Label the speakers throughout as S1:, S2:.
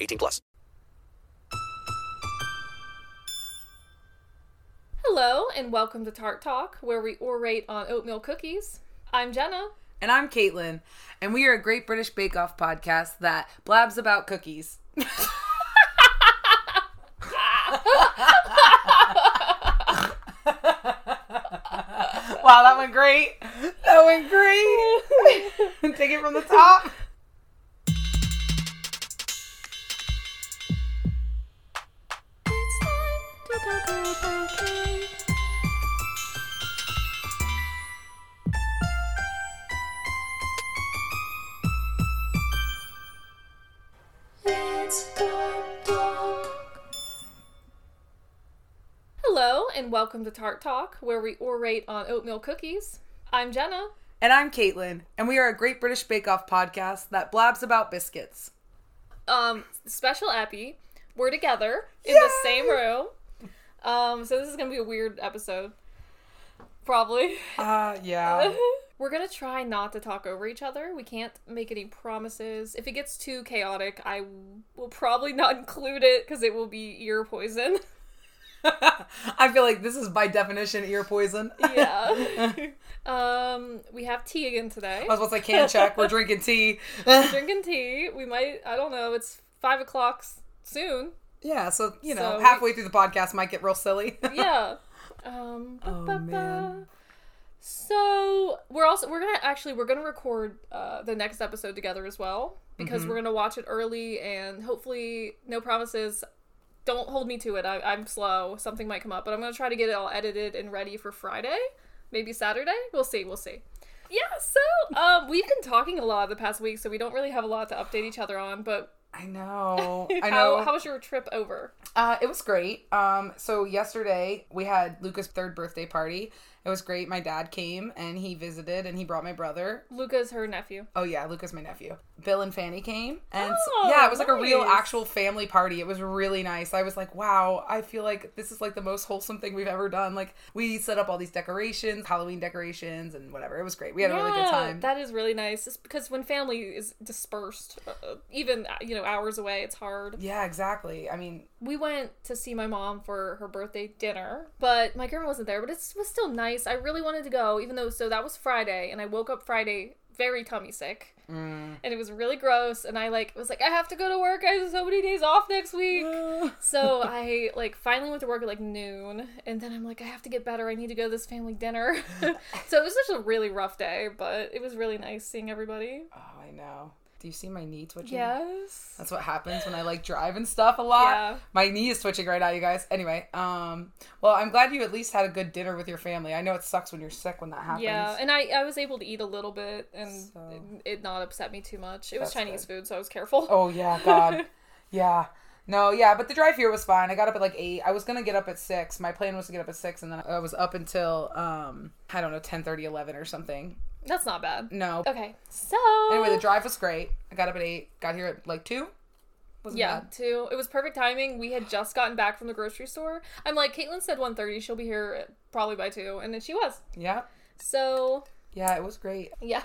S1: 18 plus.
S2: Hello, and welcome to Tart Talk, where we orate on oatmeal cookies. I'm Jenna.
S3: And I'm Caitlin, and we are a great British Bake Off podcast that blabs about cookies. wow, that went great. That went great. Take it from the top.
S2: Hello, and welcome to Tart Talk, where we orate on oatmeal cookies. I'm Jenna.
S3: And I'm Caitlin, and we are a great British Bake Off podcast that blabs about biscuits.
S2: Um, special Epi. We're together in the same room. Um, so this is gonna be a weird episode. Probably.
S3: Ah, yeah.
S2: We're gonna try not to talk over each other. We can't make any promises. If it gets too chaotic, I will probably not include it because it will be ear poison.
S3: I feel like this is by definition ear poison.
S2: yeah. um, we have tea again today.
S3: I was about to say can check. We're drinking tea.
S2: Drinking tea. We might. I don't know. It's five o'clock s- soon.
S3: Yeah, so you know,
S2: So we-
S3: halfway through the podcast might get real silly.
S2: Yeah. Um. ba-ba-ba.
S3: Oh, man.
S2: So we're also we're gonna actually we're gonna record uh, the next episode together as well because
S3: Mm-hmm.
S2: we're gonna watch it early and hopefully no promises. Don't hold me to it. I, I'm slow. Something might come up, but I'm gonna try to get it all edited and ready for Friday, maybe Saturday. We'll see. We'll see. Yeah. So um, we've been talking a lot the past week, so we don't really have a lot to update each other on. But
S3: I know. I know.
S2: how how was your trip over?
S3: uh, it was great. Um, so yesterday we had Luca's third birthday party. It was great. My dad came and he visited and he brought my brother.
S2: Luca's her nephew.
S3: Oh yeah, Luca's my nephew. Bill and Fanny came, and s-
S2: Oh,
S3: yeah, it was like a real
S2: nice.
S3: actual family party. It was really nice. I was like, wow, I feel like this is like the most wholesome thing we've ever done. Like we set up all these decorations, Halloween decorations, and whatever. It was great. We had a really good time.
S2: That is really nice. It's because when family is dispersed, uh, even uh, you know hours away, it's hard.
S3: yeah, exactly. I mean,
S2: We went to see my mom for her birthday dinner, but my grandma wasn't there. But it was still nice. I really wanted to go, even though so that was Friday, and I woke up Friday very tummy sick,
S3: Mm.
S2: and it was really gross. And I like was like, I have to go to work. I have so many days off next week. so I like finally went to work at like noon, and then I'm like, I have to get better. I need to go to this family dinner. so it was just a really rough day, but it was really nice seeing everybody.
S3: oh, I know. Do you see my knee twitching?
S2: Yes.
S3: That's what happens when I like drive and stuff a lot.
S2: Yeah.
S3: My knee is twitching right now, you guys. Anyway, um, well, I'm glad you at least had a good dinner with your family. I know it sucks when you're sick when that happens.
S2: Yeah, and I, I was able to eat a little bit and
S3: So-
S2: it, it not upset me too much. It was
S3: That's
S2: Chinese food, so I was careful.
S3: Oh yeah, God. yeah. No, yeah, but the drive here was fine. I got up at like eight. I was gonna get up at six. My plan was to get up at six, and then I was up until um, I don't know, 10, 11 or something.
S2: That's not bad.
S3: No.
S2: Okay, so
S3: Anyway, the drive was great. I got up at eight. Got here at like two. Wasn't
S2: yeah,
S3: bad.
S2: two. It was perfect timing. We had just gotten back from the grocery store. I'm like, Caitlin said 1.30. She'll be here at- probably by two, and then she was.
S3: Yeah.
S2: So
S3: Yeah, it was great.
S2: yeah.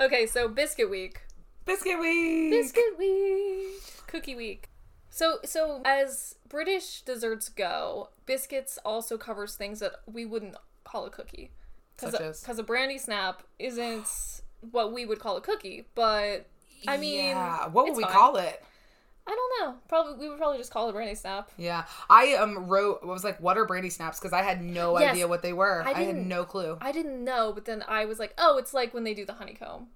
S2: okay, so biscuit week.
S3: Biscuit week.
S2: Biscuit week. Cookie week. So so as British desserts go, biscuits also covers things that we wouldn't call a cookie. Cuz
S3: Such
S2: a,
S3: as?
S2: 'cause a brandy snap isn't what we would call a cookie, but I mean,
S3: yeah. What would
S2: it's
S3: we
S2: fine.
S3: call it?
S2: I don't know. Probably we would probably just call it a brandy snap.
S3: Yeah, I um wrote I was like, "What are brandy snaps?" Because I had no
S2: Yes.
S3: idea what they were.
S2: I
S3: I, had
S2: didn't-
S3: no clue.
S2: I didn't know, but then I was like, oh, it's like when they do the honeycomb.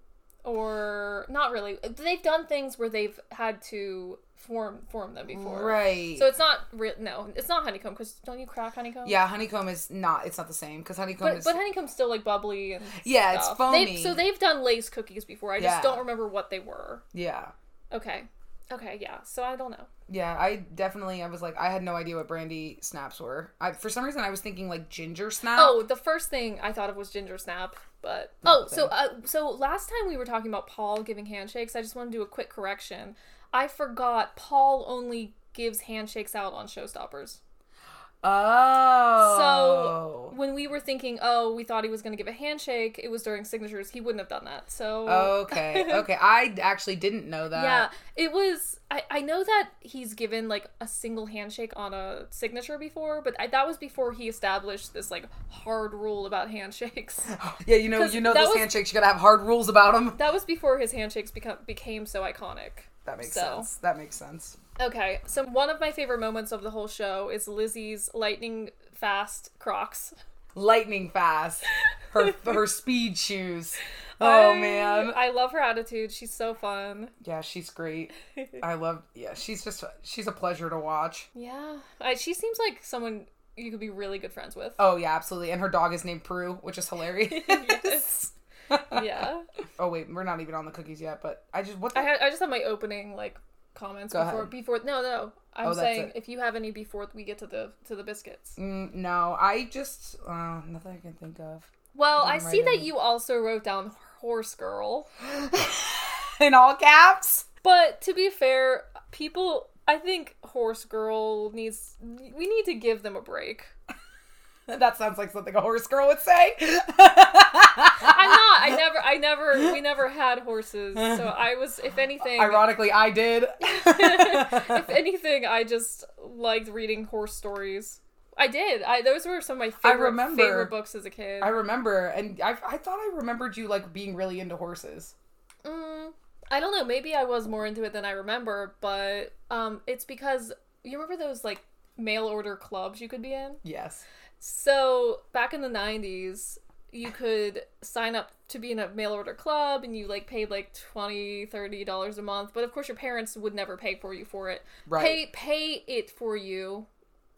S2: Or not really. They've done things where they've had to form form them before.
S3: right.
S2: So it's not re- no, it's not honeycomb because don't you crack honeycomb?
S3: yeah, honeycomb is not. It's not the same because honeycomb
S2: but
S3: is.
S2: but honeycomb's still like bubbly and
S3: yeah, it's
S2: stuff.
S3: foamy.
S2: They've, so they've done lace cookies before. I just
S3: Yeah.
S2: don't remember what they were.
S3: yeah.
S2: Okay, Okay, yeah. So I don't know.
S3: Yeah, I definitely. I was like, I had no idea what brandy snaps were. I for some reason I was thinking like ginger snap.
S2: Oh, the first thing I thought of was ginger snap, but oh, so uh, so last time we were talking about Paul giving handshakes. I just want to do a quick correction. I forgot Paul only gives handshakes out on Showstoppers.
S3: Oh.
S2: So when we were thinking, oh, we thought he was going to give a handshake. It was during signatures. He wouldn't have done that. So
S3: Okay. Okay. I actually didn't know that.
S2: yeah, it was. I I know that he's given like a single handshake on a signature before, but I, that was before he established this like hard rule about handshakes.
S3: Yeah. You know.
S2: 'Cause
S3: You know
S2: that
S3: those
S2: was-
S3: handshakes. You gotta have hard rules about them.
S2: that was before his handshakes become became so iconic.
S3: That makes
S2: So-
S3: sense. That makes sense.
S2: Okay, so one of my favorite moments of the whole show is Lizzie's lightning fast Crocs.
S3: Lightning fast. Her her speed shoes. Oh
S2: I-
S3: man.
S2: I love her attitude. She's so fun.
S3: Yeah, she's great. I love. Yeah, she's just she's a pleasure to watch.
S2: Yeah, I, she seems like someone you could be really good friends with.
S3: Oh yeah, absolutely. And her dog is named Prue, which is hilarious.
S2: yes. yeah,
S3: oh wait, we're not even on the cookies yet. But I just what the
S2: I had I just have my opening like comments
S3: Go
S2: before
S3: ahead.
S2: before no no I'm
S3: Oh, that's
S2: saying
S3: it.
S2: if you have any before we get to the to the biscuits.
S3: Mm, no, I just uh, nothing I can think of.
S2: Well, I see
S3: right
S2: that you also wrote down horse girl.
S3: In all caps.
S2: But to be fair, people, I think Horse Girl needs. We need to give them a break.
S3: That sounds like something a horse girl would say.
S2: I'm not. I never. I never. We never had horses, so I was. If anything,
S3: Ironically, I did.
S2: if anything, I just liked reading horse stories. I did. I those were some of my favorite
S3: remember-
S2: favorite books as a kid.
S3: I
S2: I,
S3: remember, and I I thought I remembered you like being really into horses.
S2: mm, I don't know. Maybe I was more into it than I remember, but um, it's because you remember those like mail order clubs you could be in.
S3: Yes.
S2: So back in the '90s, you could sign up to be in a mail order club, and you like paid like 20 30 dollars a month. But of course, your parents would never pay for you for it.
S3: Right.
S2: Pay pay it for you.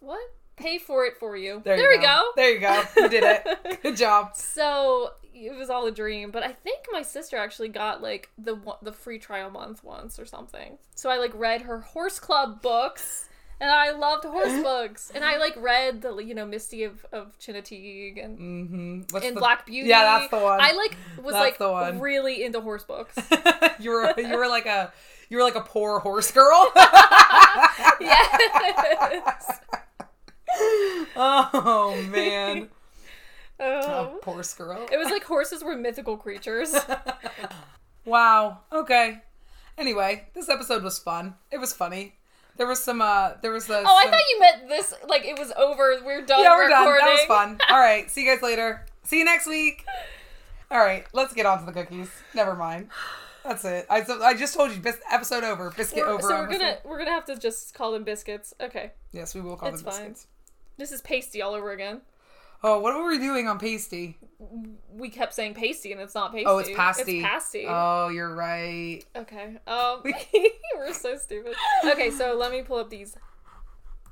S2: What? Pay for it for you.
S3: There, you
S2: we go.
S3: There you go. You did it. Good job.
S2: So it was all a dream, but I think my sister actually got like the one- the free trial month once or something. So I like read her horse club books, and I loved horse books, and I like read the you know Misty of of Chinnatig and
S3: Mm-hmm. What's
S2: and
S3: Mm, the-
S2: Black Beauty.
S3: Yeah, that's the one.
S2: I like was
S3: That's
S2: like
S3: the one.
S2: really into horse books.
S3: you were you were like a you were like a poor horse girl.
S2: yes.
S3: oh man,
S2: Oh.
S3: poor girl.
S2: It was like horses were mythical creatures.
S3: Wow. Okay. Anyway, this episode was fun. It was funny. There was some. uh There was a.
S2: Oh, I thought you meant this like it was over. We're done.
S3: Yeah, we're done.
S2: recording.
S3: That was fun. All right. See you guys later. See you next week. All right. Let's get on to the cookies. Never mind. That's it. I, so- I just told you. Bis- episode over. Biscuit
S2: We're-
S3: over.
S2: so
S3: on
S2: we're gonna
S3: biscuit.
S2: we're gonna have to just call them biscuits. Okay,
S3: Yes, we will call
S2: It's
S3: them
S2: fine.
S3: biscuits.
S2: this is pasty all over again.
S3: Oh, what were we doing on pasty?
S2: We kept saying pasty and it's not pasty.
S3: Oh, it's pasty.
S2: It's pasty.
S3: Oh, you're right.
S2: Okay. Um, we're so stupid. Okay, so let me pull up these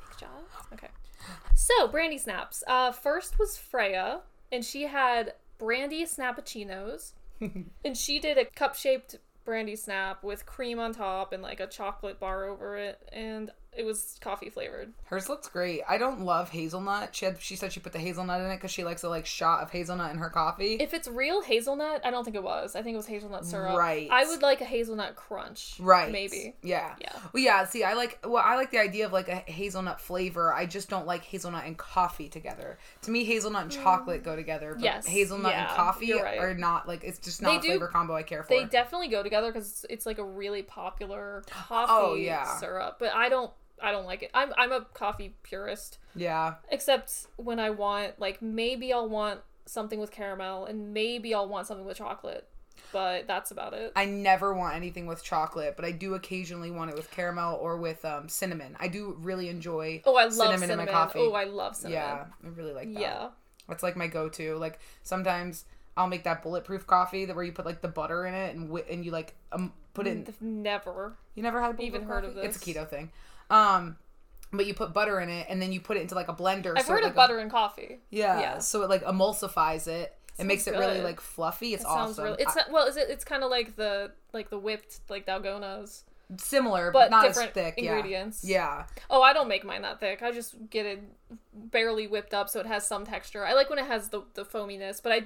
S2: pictures. Okay. So brandy snaps. Uh, first was Freya, and she had brandy snappuccinos, and she did a cup-shaped brandy snap with cream on top and like a chocolate bar over it, and it was coffee flavored.
S3: Hers looks great. I don't love hazelnut. She had, she said she put the hazelnut in it because she likes a like shot of hazelnut in her coffee.
S2: If it's real hazelnut, I don't think it was. I think it was hazelnut syrup.
S3: Right.
S2: I would like a hazelnut crunch.
S3: Right.
S2: Maybe.
S3: Yeah.
S2: Yeah.
S3: Well, yeah. See, I like. Well, I like the idea of like a hazelnut flavor. I just don't like hazelnut and coffee together. To me, hazelnut and chocolate go together. But
S2: Yes,
S3: Hazelnut and
S2: yeah,
S3: coffee
S2: you're right.
S3: are not like it's just not
S2: They
S3: a
S2: do-
S3: flavor combo I care for. Oh,
S2: They definitely go together because it's, it's like a really popular coffee
S3: yeah.
S2: syrup. But I don't, I don't like it. I'm, I'm a coffee purist,
S3: yeah.
S2: except when I want, like, maybe I'll want something with caramel and maybe I'll want something with chocolate. But that's about it.
S3: I never want anything with chocolate, but I do occasionally want it with caramel or with um, cinnamon. I do really enjoy.
S2: oh, I love cinnamon.
S3: in my coffee.
S2: Oh, I love cinnamon.
S3: yeah, I really like that.
S2: yeah.
S3: That's like my go-to. Like sometimes I'll make that bulletproof coffee that where you put like the butter in it and wi- and you like um, put it in
S2: I've Never.
S3: You never had
S2: Mm. Even
S3: bulletproof
S2: heard of
S3: coffee? It's
S2: this.
S3: a keto thing. Um, but you put butter in it and then you put it into like a blender.
S2: I've
S3: so it,
S2: heard
S3: like,
S2: of butter and coffee.
S3: yeah,
S2: Yeah.
S3: So it like emulsifies it. It makes it
S2: Sounds
S3: really
S2: good.
S3: like fluffy. It's
S2: Sounds
S3: awesome.
S2: really. It's
S3: I-
S2: not, well, is it? It's kind of like the like the whipped like dalgonas.
S3: similar,
S2: But
S3: but, not
S2: different
S3: as thick. yeah.
S2: ingredients.
S3: Yeah.
S2: Oh, I don't make mine that thick. I just get it barely whipped up so it has some texture. I like when it has the, the foaminess, but I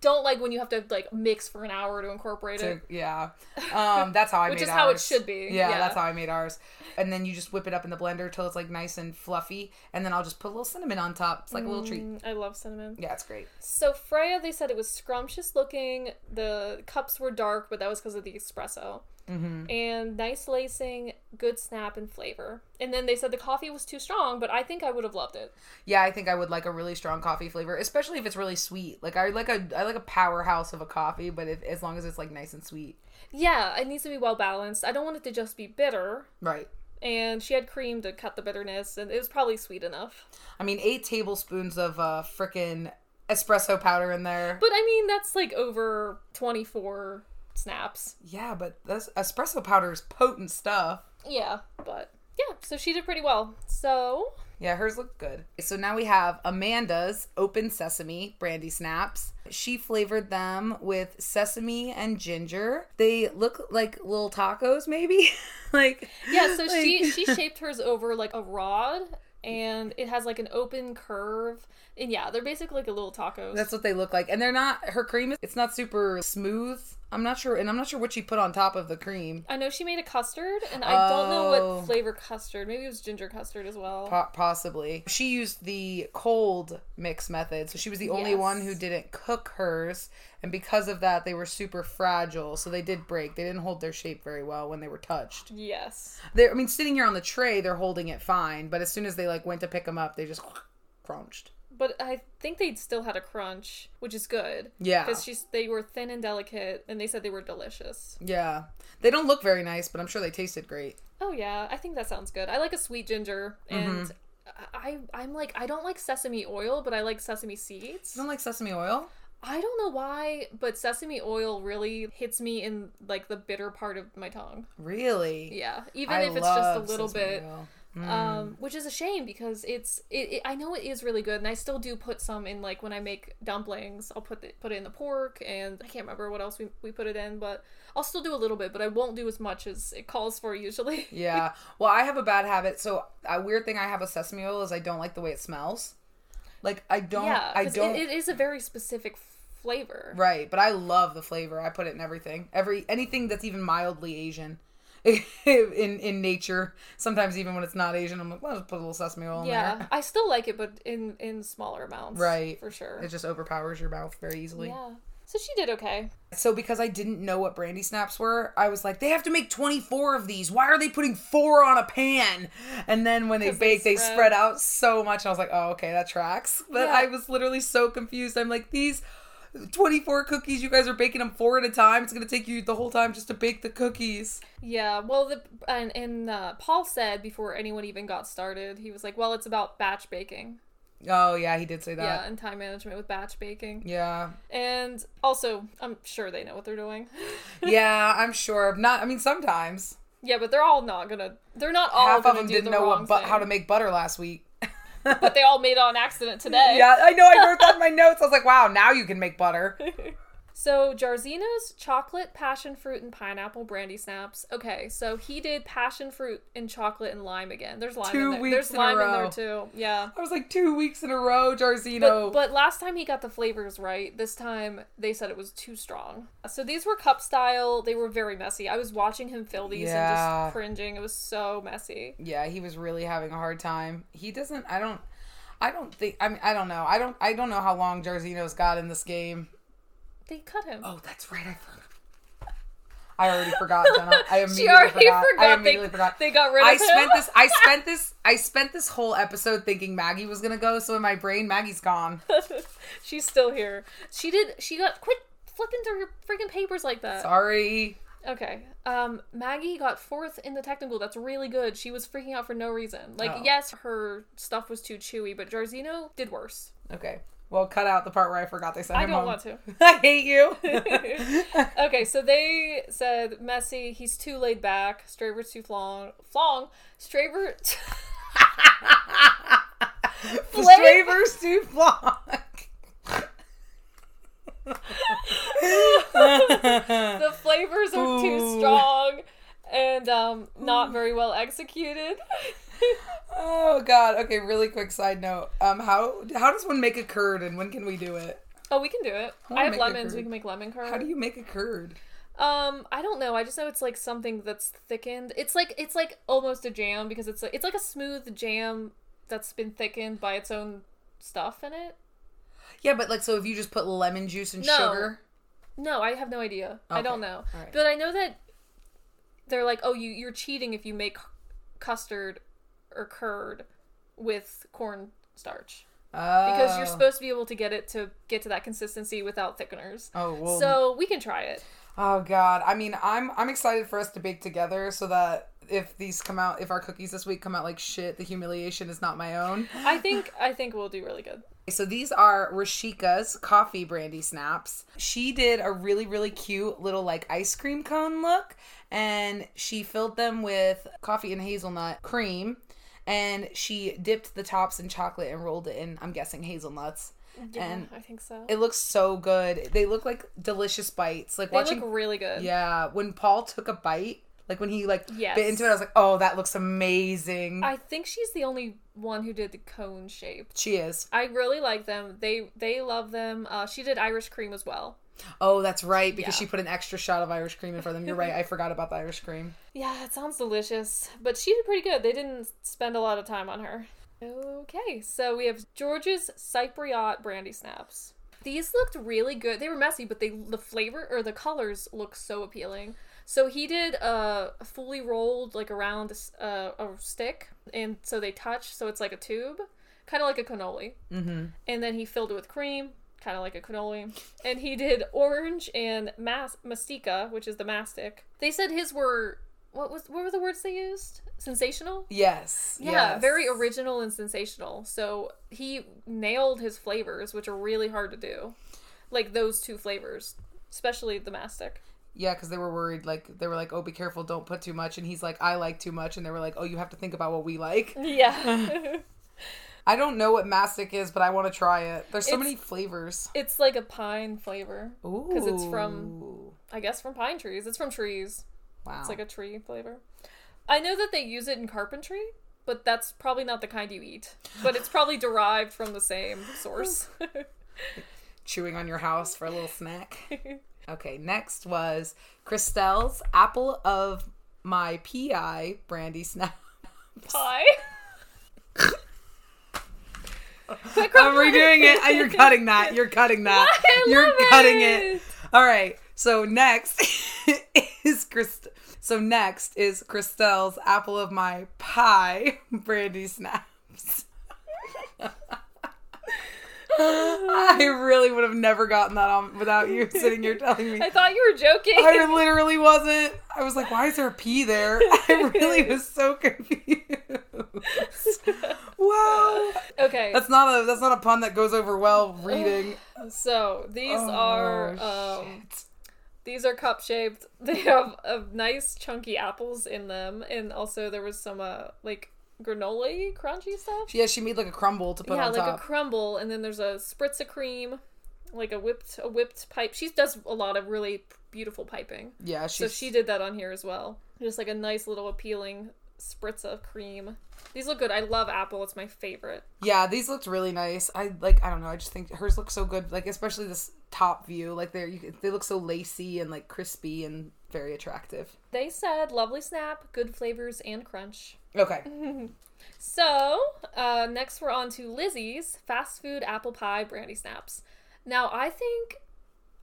S2: don't like when you have to like mix for an hour to incorporate
S3: So,
S2: it.
S3: yeah. Um, that's how I
S2: Which
S3: made
S2: is how it
S3: ours.
S2: should be,
S3: Yeah,
S2: yeah.
S3: that's how I made ours. And then you just whip it up in the blender till it's like nice and fluffy, and then I'll just put a little cinnamon on top. It's like a little treat.
S2: Mm, I love cinnamon.
S3: Yeah, it's great.
S2: So Freya, they said it was scrumptious looking. The cups were dark, but that was because of the espresso. Mm-hmm. And nice lacing, good snap and flavor. And then they said the coffee was too strong, but I think I would have loved it.
S3: Yeah, I think I would like a really strong coffee flavor, especially if it's really sweet. Like I like a I like a powerhouse of a coffee, but if, as long as it's like nice and sweet.
S2: Yeah, it needs to be well balanced. I don't want it to just be bitter.
S3: Right.
S2: And she had cream to cut the bitterness, and it was probably sweet enough.
S3: I mean, eight tablespoons of uh frickin' espresso powder in there.
S2: But I mean, that's like over 24 snaps.
S3: yeah, but this espresso powder is potent stuff.
S2: Yeah, but yeah, so she did pretty well. So
S3: Yeah, hers looked good. So now we have Amanda's open sesame brandy snaps. She flavored them with sesame and ginger. They look like little tacos, maybe. like
S2: yeah, so
S3: like-
S2: she she shaped hers over like a rod, and it has like an open curve, and yeah, they're basically like a little tacos.
S3: That's what they look like, and they're not. Her cream is it's not super smooth. I'm not sure, and I'm not sure what she put on top of the cream.
S2: I know she made a custard, and I don't know
S3: Oh.
S2: what flavor custard. Maybe it was ginger custard as well.
S3: Po- Possibly, she used the cold mix method, so she was the only
S2: Yes.
S3: one who didn't cook hers, and because of that, they were super fragile. So they did break. They didn't hold their shape very well when they were touched.
S2: yes.
S3: They're, I mean, sitting here on the tray, they're holding it fine, but as soon as they like went to pick them up, they just crunched.
S2: But I think they still had a crunch, which is good.
S3: Yeah.
S2: Because she's they were thin and delicate, and they said they were delicious.
S3: Yeah, they don't look very nice, but I'm sure they tasted great.
S2: Oh yeah, I think that sounds good. I like a sweet ginger,
S3: Mm-hmm.
S2: and I I'm like I don't like sesame oil, but I like sesame seeds.
S3: You don't like sesame oil?
S2: I don't know why, but sesame oil really hits me in like the bitter part of my tongue.
S3: Really?
S2: Yeah, even
S3: I
S2: if it's just a
S3: love
S2: little
S3: sesame
S2: bit,
S3: oil.
S2: um, which is a shame because it's. It, it, I know it is really good, and I still do put some in like when I make dumplings. I'll put the, put it in the pork, and I can't remember what else we we put it in, but I'll still do a little bit, but I won't do as much as it calls for usually.
S3: Yeah. Well, I have a bad habit. So a weird thing I have with sesame oil is I don't like the way it smells. Like I don't.
S2: Yeah,
S3: I
S2: 'cause
S3: don't.
S2: It, it is a very specific flavor.
S3: right, but I love the flavor. I put it in everything. Every anything that's even mildly Asian. in in nature, sometimes even when it's not Asian, I'm like, well, just put a little sesame oil in
S2: Yeah,
S3: there.
S2: I still like it, but in in smaller amounts.
S3: Right.
S2: for sure.
S3: It just overpowers your mouth very easily.
S2: yeah. So she did okay.
S3: So because I didn't know what brandy snaps were, I was like, they have to make 24 of these. Why are they putting four on a pan? And then when they
S2: 'Cause they
S3: bake, they spread.
S2: spread.
S3: out so much. And I was like, oh, okay, that tracks. But
S2: Yeah.
S3: I was literally so confused. I'm like, these 24 cookies, you guys are baking them four at a time. It's going to take you the whole time just to bake the cookies.
S2: Yeah. Well, the and and uh, Paul said before anyone even got started, he was like, "Well, it's about batch baking."
S3: Oh, yeah, he did say
S2: yeah,
S3: that.
S2: and time management with batch baking.
S3: Yeah.
S2: And also, I'm sure they know what they're doing.
S3: Yeah, I'm sure. Not, I mean, sometimes.
S2: yeah, but they're all not gonna. They're not all.
S3: Half of
S2: gonna
S3: them
S2: do
S3: didn't
S2: the
S3: know
S2: wrong
S3: what but, how to
S2: thing,
S3: make butter last week.
S2: But they all made it on accident today.
S3: Yeah, I know. I wrote that in my notes. I was like, wow, now you can make butter.
S2: So Jarzino's chocolate, passion fruit, and pineapple brandy snaps. Okay, so he did passion fruit and chocolate and lime again. There's lime
S3: Two
S2: in there.
S3: weeks
S2: There's
S3: in a
S2: lime in
S3: row.
S2: there too. Yeah.
S3: I was like two weeks in a row,
S2: But,
S3: Jarzino.
S2: but last time he got the flavors right. This time they said it was too strong. So these were cup style. They were very messy. I was watching him fill these and
S3: Yeah.
S2: just cringing. It was so messy.
S3: yeah, he was really having a hard time. He doesn't. I don't. I don't think. I mean, I don't know. I don't. I don't know how long Jarzino's got in this game.
S2: They cut him.
S3: Oh, that's right. I forgot. I already forgot, Jenna. I immediately
S2: already
S3: forgot. I
S2: forgot they-
S3: immediately forgot.
S2: they got rid of
S3: I
S2: him.
S3: spent this. I spent this. I spent this whole episode thinking Maggie was gonna go. So in my brain, Maggie's gone.
S2: She's still here. She did. She got quit flipping through your freaking papers like that.
S3: Sorry.
S2: Okay. Um, Maggie got fourth in the technical. That's really good. She was freaking out for no reason. Like,
S3: Oh.
S2: yes, her stuff was too chewy, but Jarzino did worse.
S3: Okay. Well, cut out the part where I forgot they sent
S2: I
S3: him
S2: don't
S3: home.
S2: want to.
S3: I hate you.
S2: Okay, so they said Messi, he's too laid back. Straver's too flong. Flong. Straver.
S3: Flavors too flock.
S2: the flavors are
S3: Ooh.
S2: too strong. and um, not very well executed.
S3: Oh God. Okay. Really quick side note. Um, how how does one make a curd, and when can we do it?
S2: oh, we can do it.
S3: wanna
S2: I have
S3: make a
S2: lemons. We
S3: curd.
S2: can make lemon curd.
S3: How do you make a curd?
S2: Um, I don't know. I just know it's like something that's thickened. It's like it's like almost a jam because it's like, it's like a smooth jam that's been thickened by its own stuff in it.
S3: Yeah, but like, so if you just put lemon juice and
S2: No.
S3: sugar,
S2: No, I have no idea. I
S3: Okay.
S2: don't know.
S3: All right.
S2: But I know that they're like, oh, you you're cheating if you make custard or curd with corn starch because you're
S3: Oh.
S2: supposed to be able to get it to get to that consistency without thickeners.
S3: Oh, well-
S2: so we can try it.
S3: Oh God. I mean, I'm I'm excited for us to bake together so that if these come out, if our cookies this week come out like shit, the humiliation is not my own.
S2: I think I think we'll do really good.
S3: So these are Rashika's coffee brandy snaps. She did a really, really cute little like ice cream cone look, and she filled them with coffee and hazelnut cream, and she dipped the tops in chocolate and rolled it in, I'm guessing, hazelnuts. And
S2: I think so.
S3: it looks so good. They look like delicious bites. Like
S2: They
S3: watching
S2: look really good.
S3: Yeah. When Paul took a bite, like when he like
S2: Yes.
S3: bit into it, I was like, Oh, that looks amazing.
S2: I think she's the only one who did the cone shape.
S3: she is.
S2: I really like them. They they love them. Uh, she did Irish cream as well.
S3: Oh, that's right, because
S2: Yeah.
S3: she put an extra shot of Irish cream in front of them. You're right, I forgot about the Irish cream.
S2: Yeah, it sounds delicious. But she did pretty good. They didn't spend a lot of time on her. Okay, so we have George's Cypriot brandy snaps. These looked really good. They were messy, but they the flavor or the colors look so appealing. So he did a fully rolled like around a s- uh, a stick, and so they touch. So it's like a tube, kind of like a cannoli. and then he filled it with cream, kind of like a cannoli. And he did orange and mas- mastica, which is the mastic. They said his were what was what were the words they used? Sensational.
S3: Yes.
S2: Yeah,
S3: yes.
S2: very original and sensational. So he nailed his flavors, which are really hard to do, like those two flavors, especially the mastic.
S3: Yeah, because they were worried, like they were like, Oh, be careful, don't put too much and he's like, I like too much and they were like, Oh, you have to think about what we like.
S2: Yeah,
S3: I don't know what mastic is, but I want to try it. There's so
S2: It's-
S3: many flavors.
S2: it's like a pine flavor
S3: Ooh.
S2: because it's from I guess from pine trees. It's from trees.
S3: Wow.
S2: It's like a tree flavor. I know that they use it in carpentry, but that's probably not the kind you eat. But it's probably derived from the same source.
S3: chewing on your house for a little snack. okay, next was Christelle's apple of my PI brandy snap.
S2: Pie.
S3: I'm redoing it. and You're cutting that. You're cutting that.
S2: I
S3: You're
S2: love
S3: cutting
S2: it.
S3: it. All right. So next is Christ. So next is Christelle's apple of my pie brandy snaps. I really would have never gotten that on without you sitting here telling me.
S2: I thought you were joking.
S3: I literally wasn't. I was like, why is there a P there? I really was so confused. wow.
S2: okay,
S3: That's not a that's not a pun that goes over well reading.
S2: so these are
S3: Oh,
S2: um,
S3: shit.
S2: these are cup shaped. They have uh, nice chunky apples in them, and also there was some uh, like granola crunchy stuff.
S3: Yeah, she made like a crumble to put
S2: yeah,
S3: on
S2: like
S3: top.
S2: a crumble, and then there's a spritz of cream, like a whipped a whipped pipe. She does a lot of really beautiful piping,
S3: yeah,
S2: so
S3: she's,
S2: she did that on here as well. Just like a nice little appealing spritz of cream. These look good. I love apple. It's my favorite.
S3: Yeah, these looked really nice. I like I don't know, I just think hers look so good, like especially this top view. Like they're you, can- they look so lacy and like crispy and very attractive.
S2: They said lovely snap, good flavors and crunch.
S3: Okay.
S2: Mm-hmm. So uh, next we're on to Lizzie's fast food apple pie brandy snaps. Now I think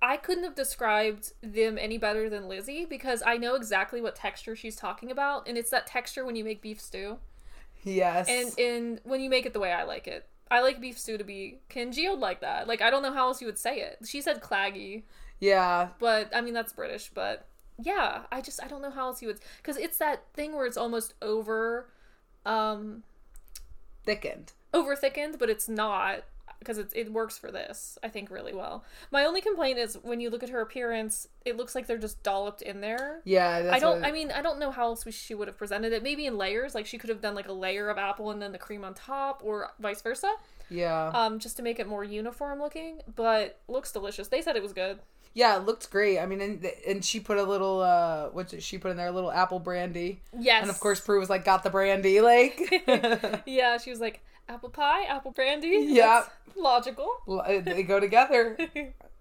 S2: I couldn't have described them any better than Lizzie because I know exactly what texture she's talking about, and it's that texture when you make beef stew,
S3: Yes.
S2: and and when you make it the way I like it. I like beef stew to be congealed like that. Like I don't know how else you would say it. She said claggy,
S3: yeah.
S2: but I mean that's British, but yeah, I just I don't know how else you would because it's that thing where it's almost over. Um,
S3: Thickened.
S2: over thickened, but it's not because it, it works for this, I think, really well. My only complaint is when you look at her appearance, it looks like they're just dolloped in there.
S3: Yeah, that's
S2: I don't.
S3: what-
S2: I mean, I don't know how else we- she would have presented it. Maybe in layers, like she could have done like a layer of apple and then the cream on top, or vice versa,
S3: yeah.
S2: uh, um, just to make it more uniform looking. But looks delicious. They said it was good.
S3: Yeah, it looked great. I mean, and, and she put a little uh, what did she put in there? A little apple brandy.
S2: Yes.
S3: And of course, Prue was like, "Got the brandy." Like,
S2: Yeah, she was like, apple pie, apple brandy.
S3: Yeah.
S2: That's logical.
S3: uh, they go together.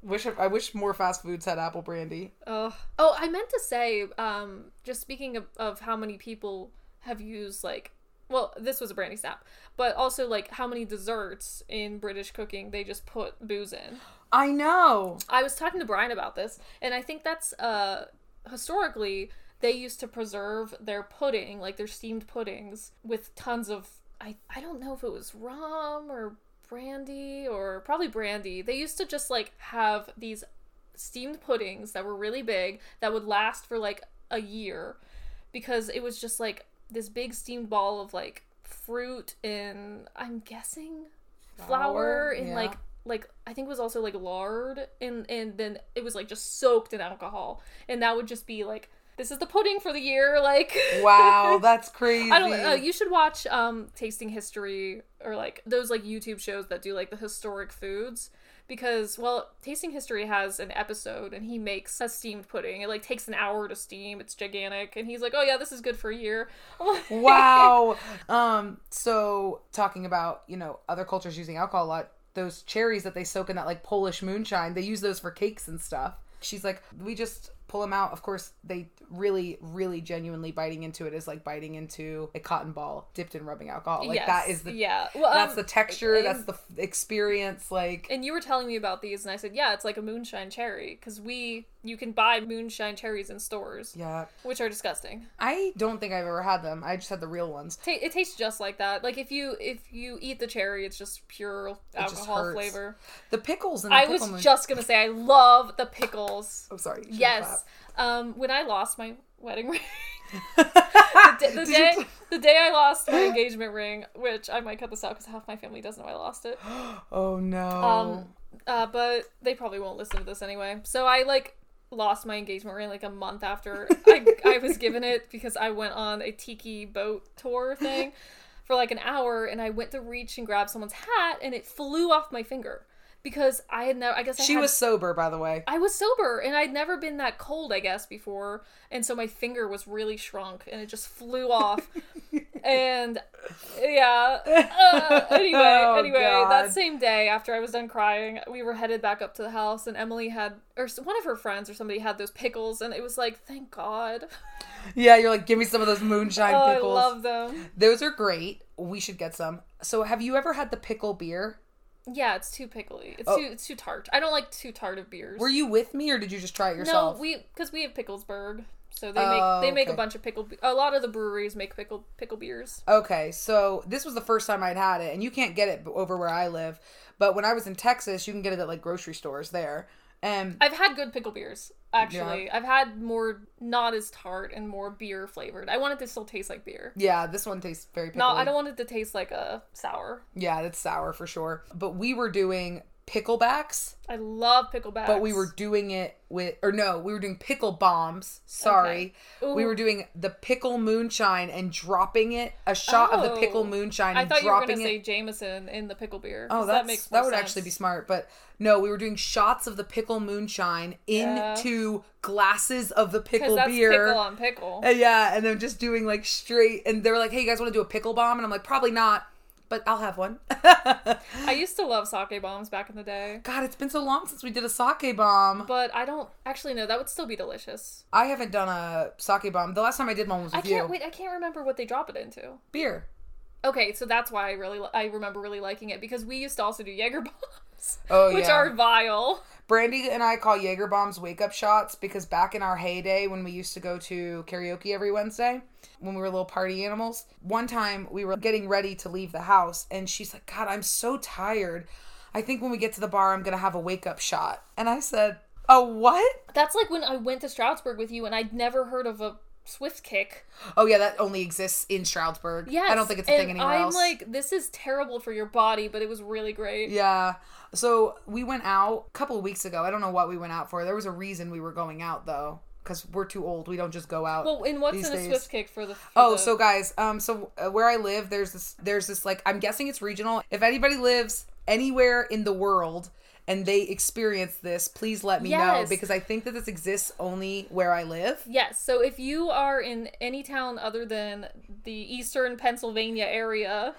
S3: Wish I wish more fast foods had apple brandy.
S2: Oh, oh! I meant to say, um, just speaking of, of how many people have used like, well, this was a brandy snap, but also like how many desserts in British cooking they just put booze in.
S3: I know.
S2: I was talking to Brian about this, and I think that's uh, historically they used to preserve their pudding, like their steamed puddings, with tons of I I don't know if it was rum or brandy or probably brandy. They used to just like have these steamed puddings that were really big that would last for like a year because it was just like this big steamed ball of like fruit and I'm guessing flour
S3: Flour,
S2: and
S3: yeah.
S2: like like I think it was also like lard and and then it was like just soaked in alcohol and that would just be like this is the pudding for the year like
S3: Wow, that's crazy.
S2: I don't uh, you should watch um tasting history or like those like YouTube shows that do like the historic foods because well tasting history has an episode and he makes a steamed pudding it like takes an hour to steam it's gigantic and he's like oh yeah this is good for a year I'm like-
S3: wow. Um, so talking about, you know, other cultures using alcohol a lot, those cherries that they soak in that like Polish moonshine, they use those for cakes and stuff. She's like, we just pull them out. Of course, they really, really genuinely biting into it is like biting into a cotton ball dipped in rubbing alcohol. Like that
S2: Yes,
S3: is the
S2: yeah well
S3: that's
S2: um,
S3: the texture,
S2: and-
S3: that's the f- experience, like
S2: and you were telling me about these and i said yeah it's like a moonshine cherry because we you can buy moonshine cherries in stores
S3: yeah.
S2: which are disgusting
S3: I don't think I've ever had them. I just had the real ones.
S2: Ta- it tastes just like that like if you if you eat the cherry it's just pure
S3: just
S2: alcohol
S3: hurts.
S2: flavor
S3: The pickles and the
S2: i
S3: pickle Oh,
S2: was
S3: moon-
S2: just gonna say i love the pickles
S3: I'm sorry. you should've
S2: yes
S3: clapped.
S2: um when i lost my wedding ring the, d- the day the day i lost my engagement ring which i might cut this out because half my family doesn't know i lost it
S3: Oh no.
S2: Um, uh, but they probably won't listen to this anyway. So I like lost my engagement ring like a month after I, I was given it because I went on a tiki boat tour thing for like an hour and I went to reach and grab someone's hat and it flew off my finger because I had never I guess I
S3: she
S2: had-
S3: was sober, by the way.
S2: I was sober and I'd never been that cold, I guess, before. And so my finger was really shrunk and it just flew off. and yeah. Uh, anyway,
S3: Oh,
S2: anyway,
S3: God.
S2: that same day after I was done crying, we were headed back up to the house and Emily had, or s- one of her friends or somebody had those pickles and it was like, thank God.
S3: Yeah, you're like, give me some of those moonshine
S2: Oh, I
S3: pickles.
S2: love them.
S3: those are great. We should get some. So, have you ever had the pickle beer?
S2: Yeah, it's too pickly.
S3: Oh.
S2: It's too it's too tart. I don't like too tart of beers.
S3: Were you with me, or did you just try it yourself?
S2: No, we because we have Picklesburg, so they make
S3: Oh,
S2: they make
S3: okay.
S2: a bunch of pickle. A lot of the breweries make pickle pickle beers.
S3: Okay, so this was the first time I'd had it, and you can't get it over where I live. But when I was in Texas, you can get it at like grocery stores there. And
S2: I've had good pickle beers, actually. I've had more not as tart and more beer flavored. I want it to still taste like beer.
S3: yeah, this one tastes very pickly.
S2: No, I don't want it to taste like a sour.
S3: Yeah, that's sour for sure. But we were doing picklebacks.
S2: I love picklebacks.
S3: but we were doing it with or no we were doing pickle bombs sorry
S2: Okay.
S3: we were doing the pickle moonshine and dropping it a shot of the pickle
S2: Oh.
S3: moonshine
S2: I
S3: and
S2: thought you were
S3: dropping
S2: gonna
S3: it
S2: say Jameson in the pickle beer.
S3: oh
S2: 'cause
S3: that's,
S2: that makes
S3: that
S2: more
S3: would
S2: sense.
S3: actually be smart but no we were doing shots of the pickle moonshine
S2: Yeah.
S3: into glasses of the
S2: 'Cause
S3: pickle
S2: that's
S3: beer
S2: pickle on pickle.
S3: And yeah and then just doing like straight and they were like hey you guys want to do a pickle bomb and i'm like probably not but i'll have one
S2: I used to love sake bombs back in the day,
S3: god it's been so long since we did a sake bomb
S2: but I don't actually know. That would still be delicious.
S3: i haven't done a sake bomb the last time i did one was with
S2: I can't
S3: you
S2: wait. I can't remember what they drop it into.
S3: beer
S2: Okay, so that's why I really li- I remember really liking it because we used to also do Jaeger bombs,
S3: Oh,
S2: which
S3: yeah.
S2: are vile.
S3: Brandy and I call Jaeger bombs wake up shots because back in our heyday when we used to go to karaoke every Wednesday, when we were little party animals, one time we were getting ready to leave the house and she's like, God, I'm so tired. I think when we get to the bar, I'm going to have a wake up shot. And I said, Oh, what?
S2: That's like when I went to Stroudsburg with you and I'd never heard of a swift kick.
S3: Oh, yeah, that only exists in Stroudsburg.
S2: Yes,
S3: I don't think it's a thing
S2: and
S3: anywhere
S2: I'm
S3: else.
S2: like, this is terrible for your body, but it was really great.
S3: Yeah. So we went out a couple of weeks ago. I don't know what we went out for. There was a reason we were going out, though, because we're too old. We don't just go out.
S2: Well, and what's
S3: these
S2: in a
S3: days.
S2: swift kick for the? For
S3: Oh,
S2: the-
S3: so guys, um, so uh, where I live, there's this, there's this like, I'm guessing it's regional. If anybody lives anywhere in the world and they experience this, please let me know
S2: Yes.
S3: because I think that this exists only where I live.
S2: Yes. So if you are in any town other than the eastern Pennsylvania area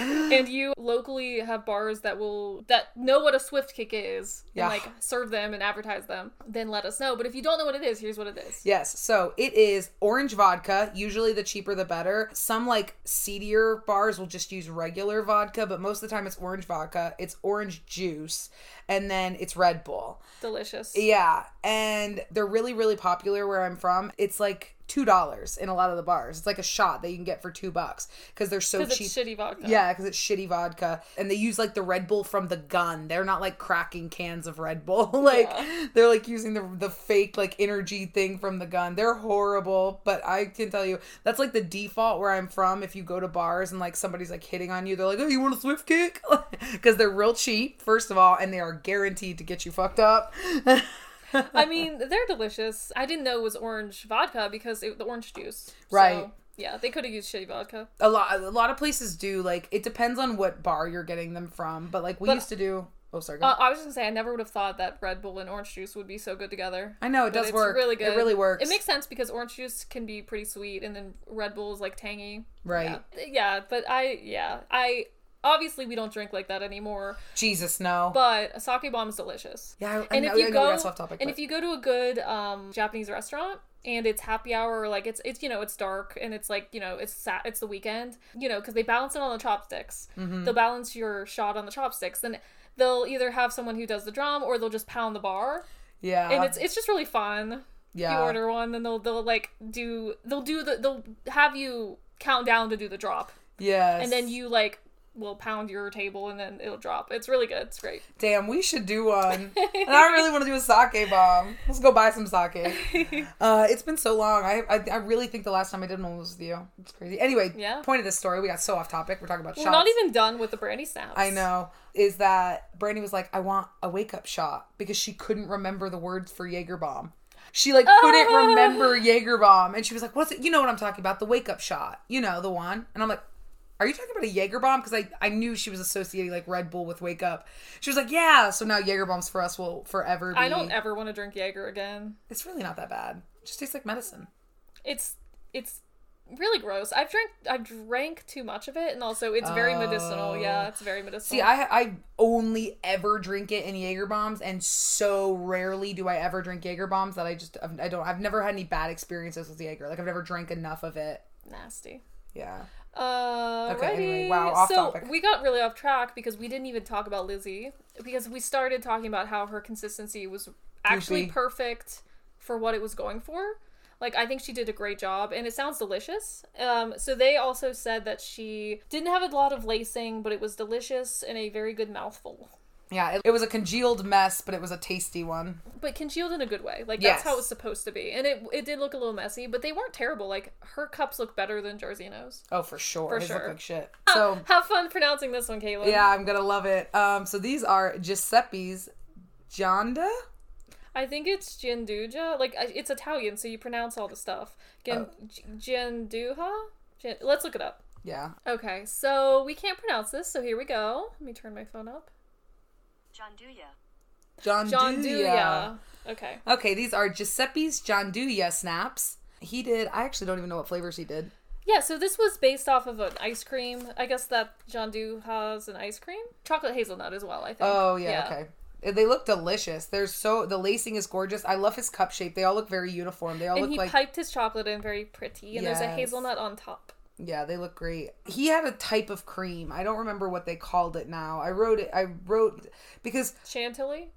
S2: and you locally have bars that will that know what a swift kick is
S3: Yeah.
S2: and like serve them and advertise them, then let us know. But if you don't know what it is, here's what it is.
S3: Yes, so it is orange vodka, usually the cheaper the better. Some like seedier bars will just use regular vodka, but most of the time it's orange vodka, it's orange juice, and then it's Red Bull.
S2: Delicious.
S3: Yeah, and they're really, really popular where I'm from. It's like two dollars in a lot of the bars. It's like a shot that you can get for two bucks because they're so
S2: Because
S3: cheap.
S2: it's shitty vodka.
S3: Yeah, because it's shitty vodka, and they use like the Red Bull from the gun. They're not like cracking cans of Red Bull. like they're like using the the fake like energy thing from the gun. They're horrible, but I can tell you that's like the default where I'm from. If you go to bars and like somebody's like hitting on you, they're like, "Oh, you want a swift kick?" Because they're real cheap, first of all, and they are guaranteed to get you fucked up.
S2: I mean, they're delicious. I didn't know it was orange vodka because it, the orange juice.
S3: Right.
S2: So, yeah, they could have used shitty vodka.
S3: a lot, a lot of places do. Like it depends on what bar you're getting them from, but like we used to do. Oh, sorry. Go
S2: Uh,
S3: ahead.
S2: I was just gonna say I never would have thought that Red Bull and orange juice would be so good together.
S3: I know, it
S2: But
S3: does
S2: it's
S3: work.
S2: Really
S3: It
S2: good.
S3: really works.
S2: It makes sense because orange juice can be pretty sweet, and then Red Bull is like tangy.
S3: right.
S2: Yeah. yeah, but I yeah I obviously we don't drink like that anymore.
S3: Jesus, no.
S2: But a sake bomb is delicious.
S3: Yeah, I- I
S2: and
S3: know-
S2: if you
S3: I know we
S2: go
S3: got off topic,
S2: and
S3: but-
S2: if you go to a good um, Japanese restaurant and it's happy hour, or like it's it's you know it's dark and it's like you know it's sat it's the weekend, you know because they balance it on the chopsticks.
S3: Mm-hmm.
S2: They'll balance your shot on the chopsticks, and they'll either have someone who does the drum or they'll just pound the bar,
S3: yeah.
S2: and it's it's just really fun. If
S3: Yeah.
S2: you order one, then they'll they'll like do they'll do the they'll have you count down to do the drop,
S3: Yes.
S2: and then you like will pound your table and then it'll drop. It's really good. It's great.
S3: Damn, we should do one. and I really want to do a sake bomb. Let's go buy some sake. Uh, it's been so long. I, I I really think the last time I did one was with you. It's crazy. Anyway,
S2: Yeah.
S3: point of this story, we got so off topic. We're talking about shots.
S2: We're not even done with the brandy snaps.
S3: I know. Is that Brandy was like, I want a wake up shot because she couldn't remember the words for Jaeger bomb. She like couldn't
S2: Oh.
S3: remember Jaeger bomb, and she was like, "What's it? You know what I'm talking about? The wake up shot. You know the one." And I'm like, "Are you talking about a Jaeger bomb?" Because I I knew she was associating like Red Bull with wake up. She was like, "Yeah." So now Jaeger bombs for us will forever. Be,
S2: I don't ever want to drink Jaeger again.
S3: It's really not that bad. It just tastes like medicine.
S2: It's it's really gross. I've drank I've drank too much of it, and also it's very medicinal. Yeah, it's very medicinal.
S3: Oh. See, I I only ever drink it in Jaeger bombs, and so rarely do I ever drink Jaeger bombs that I just I've- I don't I've never had any bad experiences with Jaeger. Like I've never drank enough of it.
S2: nasty.
S3: Yeah.
S2: Uh,
S3: Okay, anyway, wow, off
S2: so
S3: topic.
S2: we got really off track because we didn't even talk about Lizzie because we started talking about how her consistency was actually
S3: Goofy.
S2: perfect for what it was going for. Like I think she did a great job, and it sounds delicious. Um, so they also said that she didn't have a lot of lacing, but it was delicious and a very good mouthful.
S3: Yeah, it, it was a congealed mess, but it was a tasty one.
S2: but congealed in a good way. Like that's
S3: Yes.
S2: how it's supposed to be. And it it did look a little messy, but they weren't terrible. Like her cups look better than Jarzino's.
S3: Oh, for sure. For
S2: sure.
S3: like shit. So
S2: Have fun pronouncing this one, Caleb.
S3: yeah, I'm gonna love it. Um, so these are Giuseppe's Jonda.
S2: I think it's Gianduja. Like I- it's Italian, so you pronounce all the stuff. Gian,
S3: Oh.
S2: Gianduja. Gian, let's look it up.
S3: Yeah.
S2: Okay, so we can't pronounce this, so here we go. Let me turn my phone up.
S4: Janduya.
S3: Jonduya.
S2: Gianduja. Okay.
S3: Okay, these are Giuseppe's Jonduya snaps. He did. I actually don't even know what flavors he did.
S2: Yeah, so this was based off of an ice cream. I guess that Jandu has an ice cream. Chocolate hazelnut as well, I think.
S3: Oh yeah, okay. They look delicious. They're so the lacing is gorgeous. I love his cup shape. They all look very uniform. They all
S2: and
S3: look
S2: he
S3: like
S2: piped his chocolate in very pretty and there's a
S3: Yes.
S2: hazelnut on top
S3: yeah, they look great. He had a type of cream. I don't remember what they called it now. I wrote it. I wrote because
S2: chantilly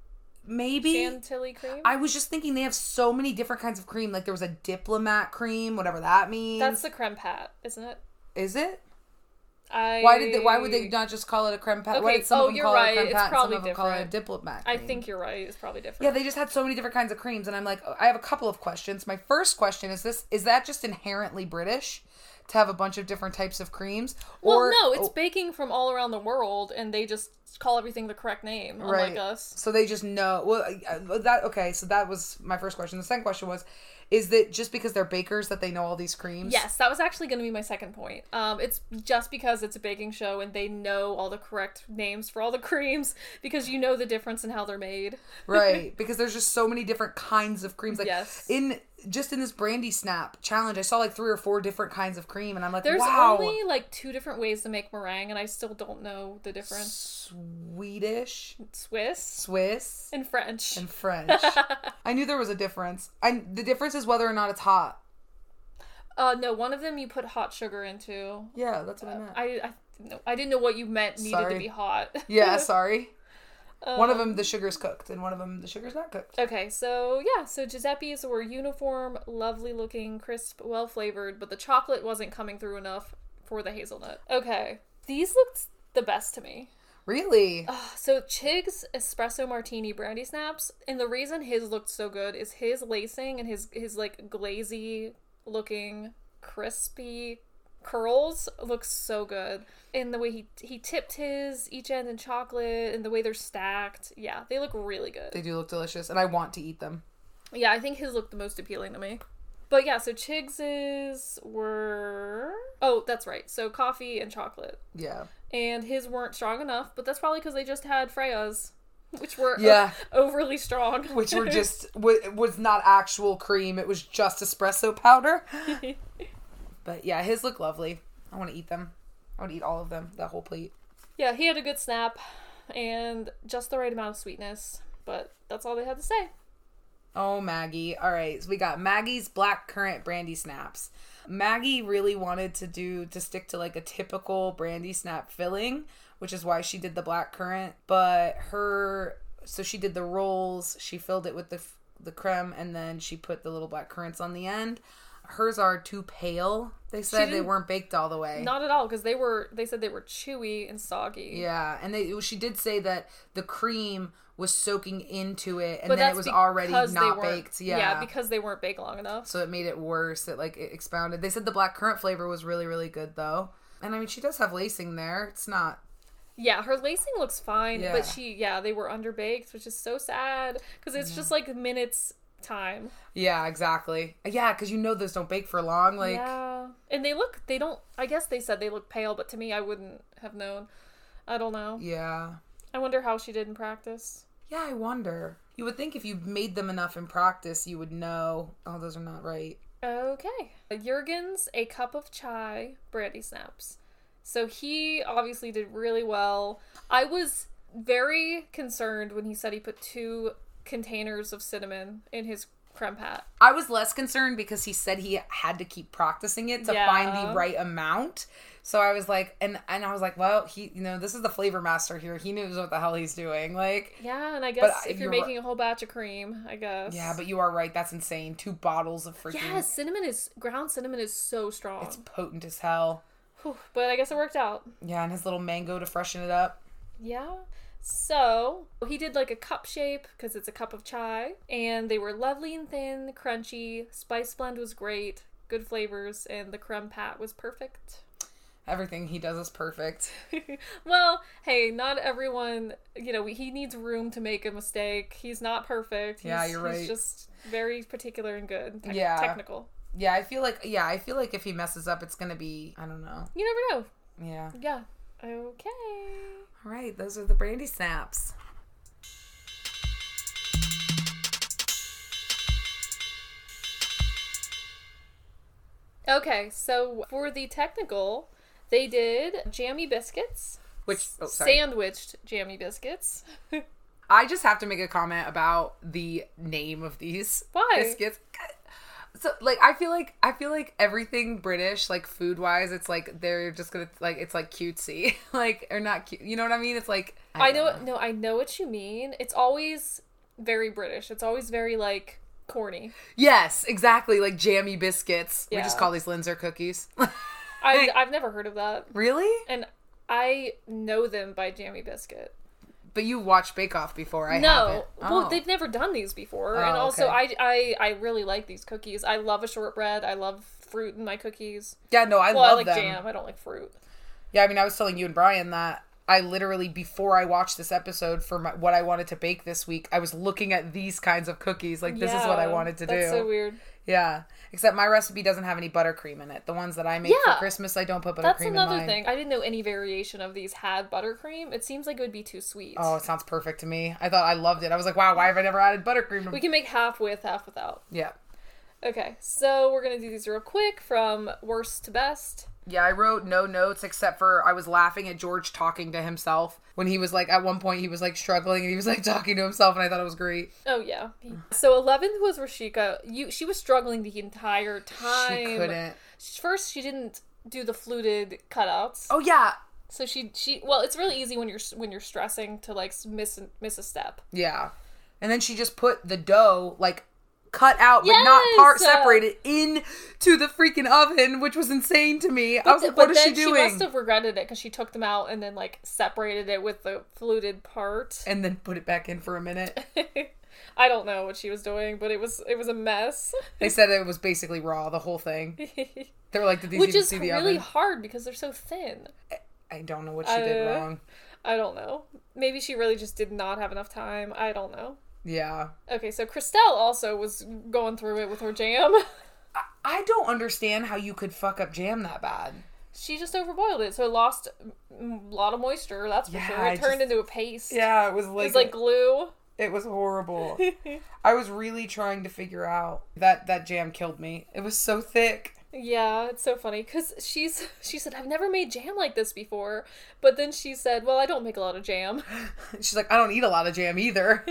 S3: maybe
S2: chantilly cream
S3: I was just thinking they have so many different kinds of cream. Like there was a diplomat cream, whatever that means.
S2: that's the creme pat isn't it
S3: is it?
S2: i
S3: Why did they? Why would they not just call it a creme pat? Why
S2: Okay,
S3: did some
S2: oh,
S3: of them
S2: you're
S3: call it a
S2: right.
S3: creme
S2: It's
S3: pat? and some
S2: probably
S3: of them call it a
S2: different.
S3: diplomat.
S2: i
S3: cream?
S2: think you're right it's probably different
S3: Yeah, they just had so many different kinds of creams, and I'm like, I have a couple of questions. My first question is this: Is that just inherently British? to have a bunch of different types of creams.
S2: Well,
S3: or,
S2: no, it's
S3: oh,
S2: baking from all around the world, and they just call everything the correct name, unlike us.
S3: Oh, So they just know. Well, uh, that okay. So that was my first question. The second question was, is that just because they're bakers that they know all these creams?
S2: Yes, that was actually going to be my second point. Um, it's just because it's a baking show and they know all the correct names for all the creams because you know the difference in how they're made.
S3: right because there's just so many different kinds of creams like
S2: Yes.
S3: in just in this brandy snap challenge i saw like three or four different kinds of cream and i'm like
S2: There's
S3: wow
S2: only like two different ways to make meringue, and I still don't know the difference.
S3: swedish
S2: Swiss
S3: swiss
S2: and French.
S3: and french i knew there was a difference and the difference is whether or not it's hot
S2: uh, no, one of them you put hot sugar into.
S3: yeah that's what Uh, i meant
S2: I I, no, I didn't know what you meant needed
S3: Sorry.
S2: to be hot.
S3: yeah sorry one of them the sugar's cooked and one of them the sugar's not cooked
S2: Okay, so yeah, so Giuseppe's were uniform, lovely looking, crisp, well flavored, but the chocolate wasn't coming through enough for the hazelnut. Okay, these looked the best to me.
S3: really
S2: So Chig's espresso martini brandy snaps, and the reason his looked so good is his lacing and his his like glazy looking crispy curls looks so good. And the way he he tipped his each end in chocolate and the way they're stacked. Yeah, they look really good.
S3: they do look delicious and i want to eat them
S2: Yeah, I think his looked the most appealing to me. But yeah, so Chiggs's were oh, that's right. So coffee and chocolate,
S3: yeah
S2: and his weren't strong enough. But that's probably because they just had Freya's, which were o-
S3: Yeah.
S2: overly strong.
S3: which were just w- was not actual cream. It was just espresso powder. but yeah, his look lovely. I want to eat them. I want to eat all of them. That whole plate.
S2: yeah, he had a good snap, and just the right amount of sweetness. But that's all they had to say.
S3: Oh, Maggie. All right. So we got Maggie's black currant brandy snaps. Maggie really wanted to do to stick to like a typical brandy snap filling, which is why she did the black currant, but her so she did the rolls, she filled it with the f- the creme and then she put the little black currants on the end. Hers are too pale. They said they
S2: didn't-
S3: weren't baked all the way.
S2: Not at all, because they were they said they were chewy and soggy.
S3: yeah, and they she did say that the cream was soaking into it and
S2: But
S3: then
S2: that's
S3: it was already
S2: because they
S3: not
S2: weren't-
S3: baked. Yeah.
S2: yeah, because they weren't baked long enough.
S3: so it made it worse. It like it expounded. They said the black currant flavor was really really good though, and I mean she does have lacing there. It's not
S2: Yeah, her lacing looks fine,
S3: Yeah.
S2: but she yeah, they were underbaked, which is so sad because it's just like minutes time.
S3: yeah exactly yeah because you know those don't bake for long like
S2: yeah. And they look they don't I guess they said they look pale, but to me I wouldn't have known. I don't know.
S3: yeah
S2: I wonder how she did in practice.
S3: yeah I wonder. You would think if you made them enough in practice, you would know. Oh, those are not right.
S2: Okay. Jurgen's a cup of chai brandy snaps. So he obviously did really well. I was very concerned when he said he put two containers of cinnamon in his creme pat.
S3: I was less concerned because he said he had to keep practicing it to
S2: Yeah.
S3: find the right amount. So I was like, and and I was like, well, he, you know, this is the flavor master here. He knows what the hell he's doing. Like,
S2: Yeah, and I guess
S3: I-
S2: if you're,
S3: you're-
S2: making a whole batch of cream, I guess.
S3: yeah, but you are right. That's insane. Two bottles of freaking.
S2: yeah, cinnamon is ground cinnamon is so strong.
S3: It's potent as hell.
S2: Whew, but I guess it worked out.
S3: Yeah, and his little mango to freshen it up.
S2: Yeah. So he did like a cup shape because it's a cup of chai, and they were lovely and thin, crunchy. Spice blend was great, good flavors, and the creme pat was perfect.
S3: Everything he does is perfect.
S2: Well, hey, not everyone. You know, he needs room to make a mistake. He's not perfect.
S3: Yeah,
S2: He's-
S3: you're right.
S2: He's just very particular and good. and tec-
S3: Yeah.
S2: Technical.
S3: Yeah, I feel like yeah, I feel like if he messes up, it's gonna be I don't know.
S2: You never know.
S3: Yeah.
S2: Yeah. Okay.
S3: All right, those are the brandy snaps.
S2: Okay, so for the technical, they did jammy biscuits,
S3: Which oh, sorry.
S2: sandwiched jammy biscuits.
S3: I just have to make a comment about the name of these
S2: Why?
S3: biscuits. So like I feel like I feel like everything British like food wise it's like they're just gonna like it's like cutesy like or not cute you know what I mean it's like
S2: I know, no, I know what you mean. It's always very British. It's always very like corny.
S3: yes exactly like jammy biscuits we just
S2: Yeah.
S3: call these Linzer cookies
S2: I, I've never heard of that,
S3: really
S2: and I know them by jammy biscuit.
S3: But you watched Bake Off before. I
S2: No,
S3: haven't.
S2: well,
S3: Oh.
S2: they've never done these before,
S3: Oh,
S2: and also
S3: okay.
S2: I, I, I really like these cookies. I love a shortbread. I love fruit in my cookies.
S3: Yeah, no, I
S2: Well, I
S3: love
S2: like
S3: them.
S2: jam. I don't like fruit.
S3: Yeah, I mean, I was telling you and Brian that I literally before I watched this episode for my, what I wanted to bake this week, I was looking at these kinds of cookies. Like this is what I
S2: Yeah,
S3: wanted to
S2: That's
S3: do.
S2: so weird.
S3: Yeah, except my recipe doesn't have any buttercream in it. The ones that I make for
S2: Yeah.
S3: Christmas, I don't put buttercream
S2: That's
S3: in
S2: another
S3: mine.
S2: thing. I didn't know any variation of these had buttercream. It seems like it would be too sweet.
S3: Oh, it sounds perfect to me. I thought I loved it. I was like, wow, why have I never added buttercream? to-
S2: We can make half with, half without.
S3: yeah.
S2: Okay, so we're gonna do these real quick from worst to best.
S3: Yeah, I wrote no notes except for I was laughing at George talking to himself when he was like, at one point, he was like struggling and he was like talking to himself, and I thought it was great.
S2: Oh yeah. So eleventh was Rashika. You she was struggling the entire time.
S3: She couldn't.
S2: First, she didn't do the fluted cutouts.
S3: Oh, yeah.
S2: So she she well, it's really easy when you're when you're stressing to like miss miss a step.
S3: Yeah. And then she just put the dough like cut out but not
S2: Yes! uh,
S3: part separated into the freaking oven, which was insane to me. I was like, what is she doing?
S2: must have regretted it because she took them out and then like separated it with the fluted part.
S3: and then put it back in for a minute.
S2: I don't know what she was doing, but it was it was a mess,
S3: They said it was basically raw, the whole thing. They were like, did these
S2: which
S3: even
S2: is
S3: see the
S2: really
S3: oven?
S2: hard because they're so thin.
S3: I don't know what she did
S2: Uh,
S3: wrong.
S2: I don't know. Maybe she really just did not have enough time. I don't know.
S3: Yeah.
S2: Okay, so Christelle also was going through it with her jam.
S3: I don't understand how you could fuck up jam that bad.
S2: she just overboiled it, so it lost a lot of moisture. That's for
S3: Yeah,
S2: sure.
S3: I
S2: It turned
S3: just-
S2: into a paste.
S3: Yeah, it was
S2: it
S3: like
S2: was like glue.
S3: it was horrible. I was really trying to figure out that that jam killed me. It was so thick.
S2: Yeah, it's so funny because she's she said I've never made jam like this before, but then she said, "Well, I don't make a lot of jam."
S3: She's like, I don't eat a lot of jam either.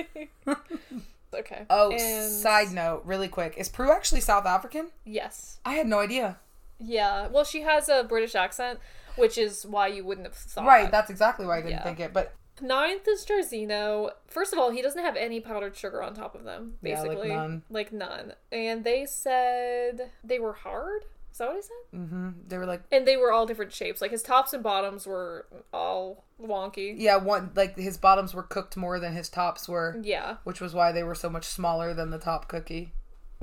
S2: okay.
S3: Oh,
S2: And-
S3: side note, really quick. Is Prue actually South African?
S2: Yes.
S3: I had no idea.
S2: Yeah. Well, she has a British accent, which is why you wouldn't have thought.
S3: Right, that's exactly why I didn't
S2: Yeah.
S3: think it. But
S2: Ninth is Jarzino. First of all, he doesn't have any powdered sugar on top of them,
S3: Yeah, like
S2: basically.
S3: none.
S2: Like none. And they said they were hard. Is that what he said?
S3: mm-hmm, they were like,
S2: And they were all different shapes. Like his tops and bottoms were all wonky.
S3: yeah, one like his bottoms were cooked more than his tops were,
S2: Yeah.
S3: which was why they were so much smaller than the top cookie.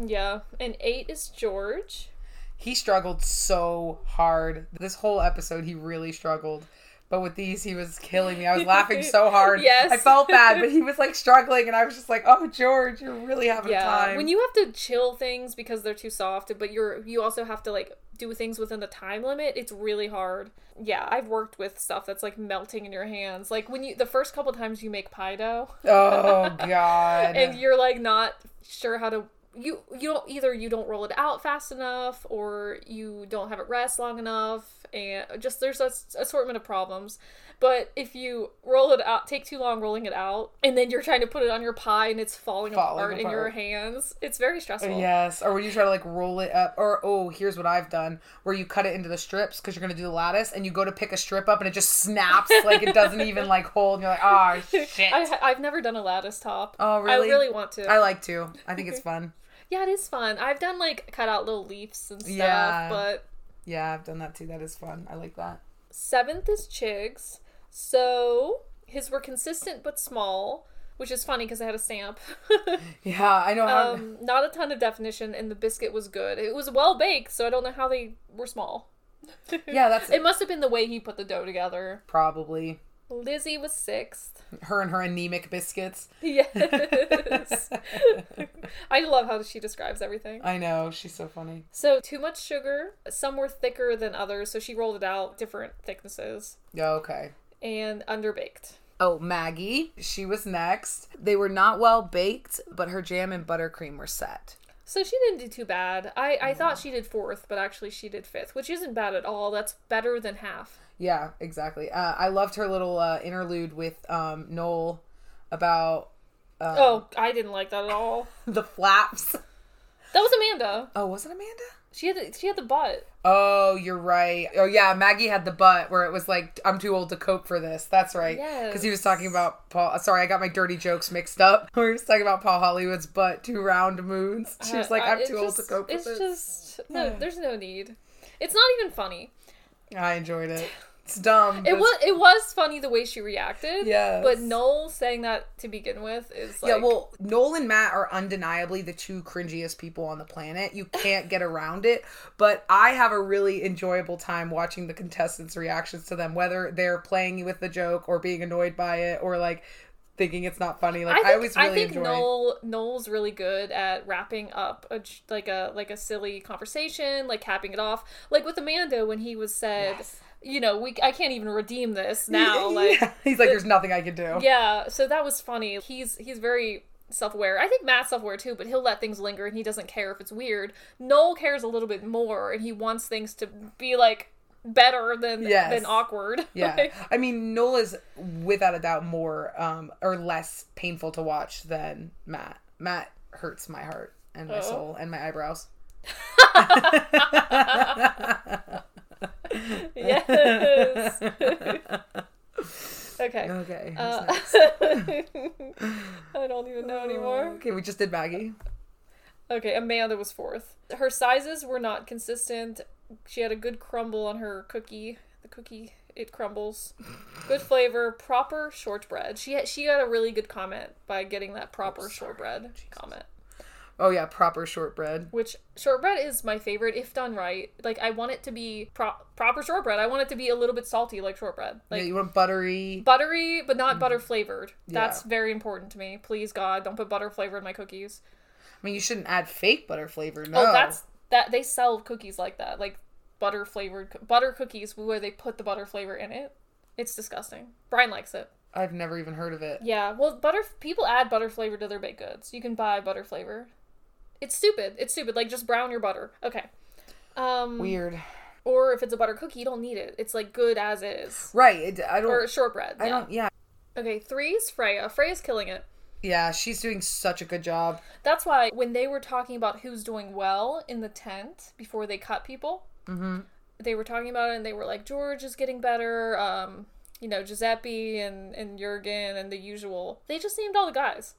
S2: Yeah. And eight is George.
S3: He struggled so hard. This whole episode, he really struggled. But with these, he was killing me. I was laughing so hard.
S2: Yes.
S3: I felt bad, but he was like struggling, and I was just like, "Oh, George, you're really having a
S2: Yeah.
S3: time."
S2: When you have to chill things because they're too soft, but you're you also have to like do things within the time limit, it's really hard. Yeah, I've worked with stuff that's like melting in your hands. Like when you the first couple times you make pie dough.
S3: oh God.
S2: and you're like not sure how to you you don't either you don't roll it out fast enough or you don't have it rest long enough and just there's a s- assortment of problems but if you roll it out take too long rolling it out and then you're trying to put it on your pie and it's falling,
S3: Falling
S2: apart, in your
S3: apart.
S2: hands it's very stressful
S3: Yes, or when you try to like roll it up, or oh, here's what I've done, where you cut it into the strips because you're gonna do the lattice, and you go to pick a strip up, and it just snaps, like it doesn't even like hold, and you're like, oh shit.
S2: I,
S3: I,
S2: ha- I've never done a lattice top.
S3: Oh, really?
S2: I really want to.
S3: like to. I think it's fun.
S2: yeah, it is fun. I've done like cut out little leaves and stuff,
S3: Yeah.
S2: but
S3: Yeah, I've done that too. That is fun. I like that.
S2: Seventh is Chigs. So his were consistent but small, which is funny because I had a stamp.
S3: Yeah, I know how.
S2: um, not a ton of definition, and the biscuit was good. It was well baked, so I don't know how they were small.
S3: yeah, that's
S2: It must have been the way he put the dough together.
S3: probably
S2: Lizzie was sixth.
S3: her and her anemic biscuits.
S2: Yes. I love how she describes everything.
S3: I know she's so funny.
S2: So, too much sugar. Some were thicker than others, so she rolled it out different thicknesses
S3: Yeah, okay.
S2: and underbaked.
S3: Oh, Maggie, she was next. They were not well baked, but her jam and buttercream were set.
S2: So she didn't do too bad. I, I
S3: Mm.
S2: thought she did fourth, but actually she did fifth, which isn't bad at all. That's better than half.
S3: Yeah, exactly. Uh, I loved her little uh, interlude with um, Noel about
S2: oh, I didn't like that at all.
S3: the flaps.
S2: That was Amanda.
S3: Oh, was it Amanda?
S2: She had the, she had the butt.
S3: Oh, you're right. Oh, yeah, Maggie had the butt where it was like, I'm too old to cope for this. That's right. Because he was talking about Paul. Sorry, I got my dirty jokes mixed up. Where he was talking about Paul Hollywood's butt, two round moons. She was like,
S2: I-
S3: I'm
S2: Uh, it
S3: too old to
S2: just-
S3: cope with
S2: It's
S3: this. Hmm.
S2: just no. There's no need. It's not even funny.
S3: I enjoyed it. It's dumb. but
S2: It
S3: it's-
S2: was it was funny the way she reacted.
S3: Yes.
S2: But Noel saying that to begin with is like
S3: yeah, well, Noel and Matt are undeniably the two cringiest people on the planet. You can't get around it. But I have a really enjoyable time watching the contestants' reactions to them, whether they're playing with the joke or being annoyed by it or like thinking it's not funny. Like I,
S2: I think,
S3: always really
S2: I think
S3: enjoy.
S2: Noel Noel's really good at wrapping up a j- like a like a silly conversation, like capping it off, like with Amanda when he was said, you know, we I can't even redeem this now, like
S3: Yeah. he's like, "There's nothing I can do."
S2: yeah. So that was funny. He's he's very self aware. I think Matt's self aware too, but he'll let things linger and he doesn't care if it's weird. Noel cares a little bit more and he wants things to be like better than
S3: Yes.
S2: than awkward.
S3: Yeah.
S2: Like,
S3: I mean, Noel is without a doubt more um or less painful to watch than Matt. Matt hurts my heart and
S2: Oh.
S3: my soul and my eyebrows.
S2: yes. okay.
S3: Okay. who's
S2: Uh,
S3: next?
S2: I don't even know anymore.
S3: Okay, we just did Maggie. Oh.
S2: Okay, Amanda was fourth. Her sizes were not consistent. She had a good crumble on her cookie. The cookie it crumbles. Good flavor, proper shortbread. She had, she got a really good comment by getting that proper shortbread comment.
S3: Oh yeah, proper shortbread.
S2: Which shortbread is my favorite if done right. Like I want it to be pro- proper shortbread. I want it to be a little bit salty like shortbread. Like
S3: yeah, you want buttery.
S2: buttery but not butter flavored. That's
S3: Mm. Yeah.
S2: very important to me. Please God, don't put butter flavor in my cookies.
S3: I mean, you shouldn't add fake butter flavor. No,
S2: Oh, that's that they sell cookies like that, like butter flavored butter cookies where they put the butter flavor in it. It's disgusting. Brian likes it.
S3: I've never even heard of it.
S2: Yeah, well, butter people add butter flavor to their baked goods. You can buy butter flavor. It's stupid. It's stupid. Like just brown your butter. Okay. Um
S3: Weird.
S2: or if it's a butter cookie, you don't need it. It's like good as is.
S3: Right? It, I don't.
S2: Or shortbread.
S3: Oh. I
S2: yeah.
S3: don't. Yeah.
S2: Okay, three's Freya. Freya's killing it.
S3: Yeah, she's doing such a good job.
S2: That's why when they were talking about who's doing well in the tent before they cut people,
S3: Mm-hmm.
S2: they were talking about it and they were like, George is getting better, um, you know, Giuseppe and, and Jurgen and the usual. They just named all the guys.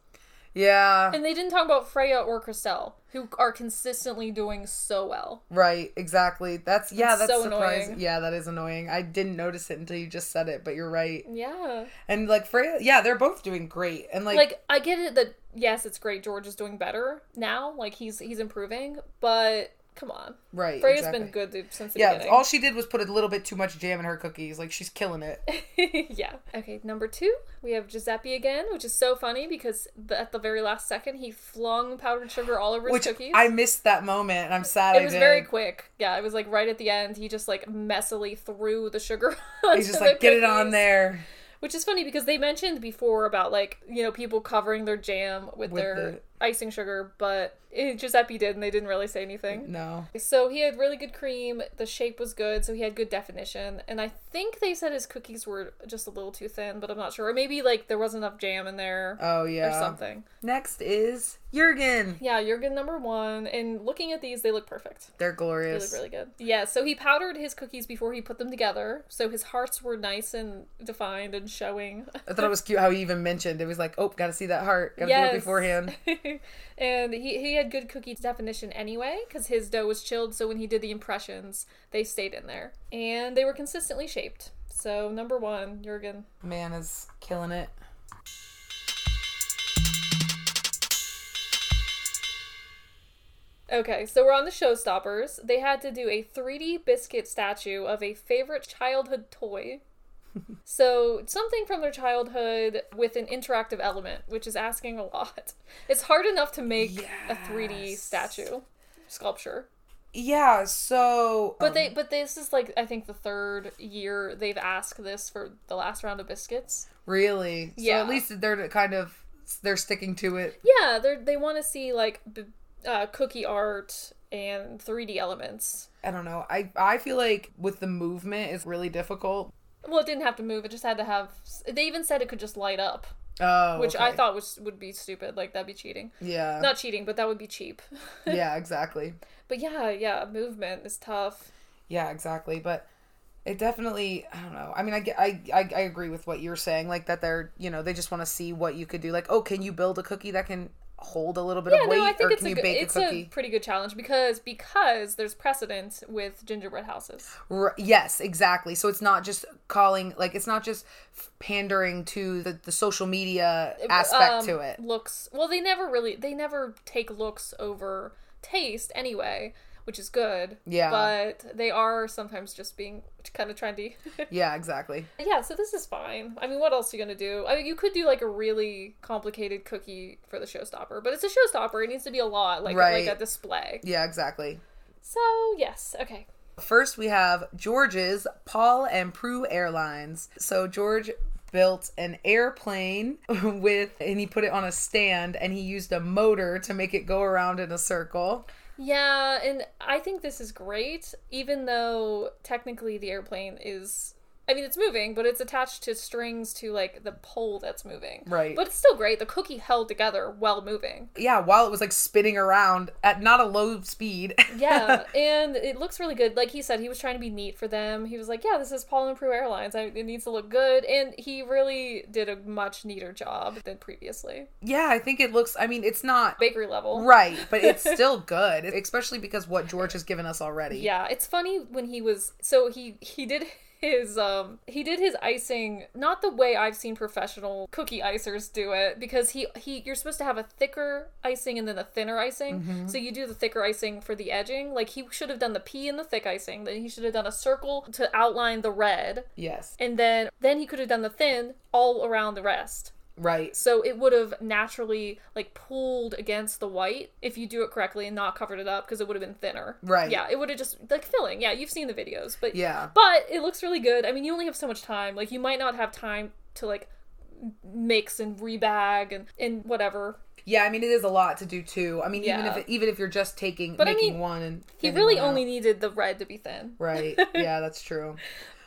S3: Yeah.
S2: And they didn't talk about Freya or Christelle, who are consistently doing so well.
S3: Right. Exactly. That's yeah.
S2: It's
S3: That's
S2: so
S3: surprising.
S2: annoying.
S3: Yeah, that is annoying. I didn't notice it until you just said it, but you're right.
S2: Yeah.
S3: And like Freya, yeah, they're both doing great. And like,
S2: Like, I get it that, yes, it's great. George is doing better now. Like, he's he's improving, but come on.
S3: right.
S2: Freya's
S3: exactly.
S2: been good th- since the
S3: Yeah,
S2: beginning.
S3: all she did was put a little bit too much jam in her cookies. Like she's killing it.
S2: yeah. Okay, number two, we have Giuseppe again, which is so funny because the, at the very last second, he flung powdered sugar all over
S3: Which
S2: his cookies.
S3: I missed that moment, and I'm sad.
S2: it
S3: I
S2: was
S3: did.
S2: very quick. Yeah, it was like right at the end. He just like messily threw the sugar. onto
S3: He's just
S2: the
S3: like, get it on
S2: cookies."
S3: there.
S2: Which is funny because they mentioned before about like you know people covering their jam with,
S3: With
S2: their
S3: the-
S2: icing sugar, but it, Giuseppe did, and they didn't really say anything.
S3: No.
S2: So he had really good cream. The shape was good, so he had good definition. And I think they said his cookies were just a little too thin, but I'm not sure. Or maybe like there wasn't enough jam in there
S3: Oh
S2: or
S3: yeah.
S2: something.
S3: Next is Jurgen.
S2: Yeah, Jurgen number one. And looking at these, they look perfect.
S3: They're
S2: They
S3: glorious.
S2: look really good. Yeah, so he powdered his cookies before he put them together, so his hearts were nice and defined and showing.
S3: I thought it was cute how he even mentioned it was like, oh, gotta see that heart, gotta do it beforehand.
S2: and he, he had good cookie definition anyway, because his dough was chilled, so when he did the impressions, they stayed in there. And they were consistently shaped. So, number one, Jurgen.
S3: Man is killing it.
S2: Okay, so we're on the showstoppers. They had to do a 3D biscuit statue of a favorite childhood toy. so, something from their childhood with an interactive element, which is asking a lot. It's hard enough to make a 3D statue sculpture.
S3: Yeah. So.
S2: But they, but this is like I think the third year they've asked this for the last round of biscuits.
S3: really. So
S2: Yeah.
S3: at least they're kind of they're sticking to it.
S2: Yeah, they they want to see like b- uh, cookie art and 3D elements.
S3: I don't know. I I feel like with the movement it's really difficult.
S2: Well, it didn't have to move; it just had to have. They even said it could just light up,
S3: Oh.
S2: which I
S3: okay.
S2: thought was would be stupid. Like that'd be cheating.
S3: Yeah.
S2: Not cheating, but that would be cheap.
S3: yeah. Exactly.
S2: But yeah, yeah, movement is tough.
S3: Yeah, exactly. But it definitely, I don't know. I mean, I, get- I, I, I agree with what you're saying, like that they're, you know, they just want to see what you could do. Like, oh, can you build a cookie that can hold a little bit
S2: Yeah,
S3: of weight,
S2: no, I think
S3: or
S2: it's
S3: can
S2: a
S3: you
S2: good,
S3: bake
S2: it's
S3: a
S2: a
S3: cookie?
S2: pretty good challenge because because there's precedent with gingerbread houses.
S3: R- yes, exactly. So it's not just calling like it's not just f- pandering to the, the social media aspect
S2: Um,
S3: to it.
S2: Looks well, they never really they never take looks over taste anyway, which is good.
S3: Yeah.
S2: but they are sometimes just being kind of trendy.
S3: Yeah, exactly.
S2: yeah, so this is fine. I mean, what else are you gonna do? I mean, you could do like a really complicated cookie for the showstopper, but it's a showstopper. It needs to be a lot, like
S3: Right.
S2: like a display.
S3: Yeah, exactly.
S2: So yes, okay.
S3: First, we have George's Paul and Prue Airlines. So George built an airplane with, and he put it on a stand, and he used a motor to make it go around in a circle.
S2: Yeah, and I think this is great, even though technically the airplane is. I mean, it's moving, but it's attached to strings to like the pole that's moving.
S3: Right.
S2: But it's still great. The cookie held together while moving.
S3: Yeah, while it was like spinning around at not a low speed.
S2: Yeah, and it looks really good. Like he said, he was trying to be neat for them. He was like, "Yeah, this is Paul and Prue Airlines. I, it needs to look good," and he really did a much neater job than previously
S3: yeah, I think it looks. I mean, it's not
S2: bakery level.
S3: right, but it's still good, especially because what George has given us already.
S2: Yeah, it's funny when he was so he he did his um he did his icing not the way I've seen professional cookie icers do it because he he you're supposed to have a thicker icing and then a thinner icing. So you do the thicker icing for the edging. Like he should have done the pea in the thick icing, then he should have done a circle to outline the red,
S3: Yes.
S2: and then then he could have done the thin all around the rest.
S3: Right.
S2: So it would have naturally like pulled against the white if you do it correctly and not covered it up because it would have been thinner.
S3: Right.
S2: Yeah, it would have just like filling. Yeah, you've seen the videos, but
S3: Yeah.
S2: But it looks really good. I mean, you only have so much time. Like you might not have time to like m- mix and rebag and and whatever.
S3: Yeah, I mean, it is a lot to do too. I mean, even
S2: Yeah.
S3: if even if you're just taking
S2: But I
S3: making
S2: mean,
S3: one and
S2: He
S3: thinning
S2: really
S3: one out.
S2: only needed the red to be thin.
S3: Right. Yeah, that's true.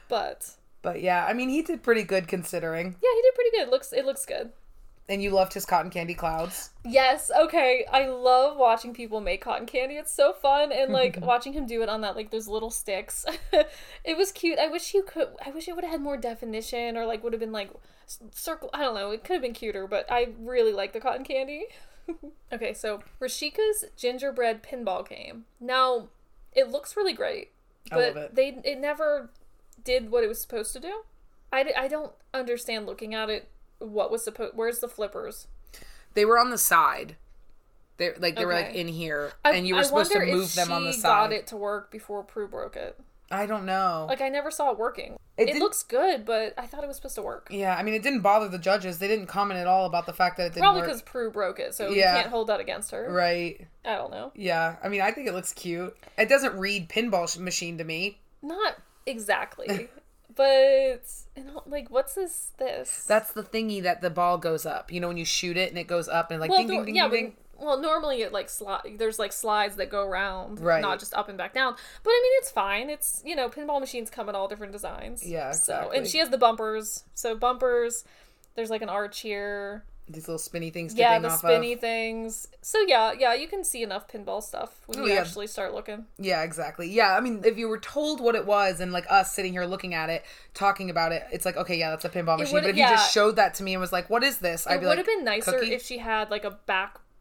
S2: But
S3: But yeah, I mean, he did pretty good considering.
S2: yeah, he did pretty good. Looks it looks good.
S3: And you loved his cotton candy clouds.
S2: Yes, okay. I love watching people make cotton candy. It's so fun and like watching him do it on that like those little sticks. it was cute. I wish you could I wish it would have had more definition or like would have been like s- circle I don't know. It could have been cuter, but I really like the cotton candy. okay, so Rashika's gingerbread pinball game. Now, it looks really great,
S3: I
S2: but
S3: love it.
S2: they it never did what it was supposed to do. I, d- I don't understand looking at it what was supposed where's the flippers?
S3: They were on the side. They like they were like
S2: Okay.
S3: in here,
S2: I-
S3: and you were
S2: I
S3: supposed to
S2: wonder if
S3: move them on the
S2: she
S3: side.
S2: Got it to work before Prue broke it.
S3: I don't know.
S2: Like I never saw it working.
S3: It
S2: It,
S3: didn't-
S2: looks good, but I thought it was supposed to work.
S3: yeah, I mean, it didn't bother the judges. They didn't comment at all about the fact that it didn't
S2: Probably
S3: work.
S2: because Prue broke it, so
S3: Yeah.
S2: you can't hold that against her.
S3: Right.
S2: I don't know.
S3: Yeah. I mean, I think it looks cute. It doesn't read pinball sh- machine to me.
S2: Not exactly, but and, like, what's this? This
S3: That's the thingy that the ball goes up. You know, when you shoot it and it goes up and like
S2: well,
S3: ding, ding,
S2: nor-
S3: ding,
S2: yeah,
S3: ding, ding.
S2: but well, normally it like slide. There's like slides that go around,
S3: Right.
S2: Not just up and back down. But I mean, it's fine. It's you know, pinball machines come in all different designs.
S3: Yeah,
S2: So
S3: exactly.
S2: and she has the bumpers. So bumpers. There's like an arch here.
S3: These little spinny things. to
S2: yeah
S3: ding
S2: the
S3: off
S2: spinny
S3: Of.
S2: things so yeah yeah you can see enough pinball stuff when
S3: Oh,
S2: you
S3: yeah.
S2: actually start looking
S3: Yeah, exactly. Yeah, I mean, if you were told what it was and like us sitting here looking at it, talking about it, it's like, okay, yeah, that's a pinball machine.
S2: would-
S3: But if
S2: yeah.
S3: you just showed that to me and was like, what is this?
S2: it
S3: I'd be
S2: would
S3: like,
S2: have been nicer
S3: "Cookie?"
S2: if she had like a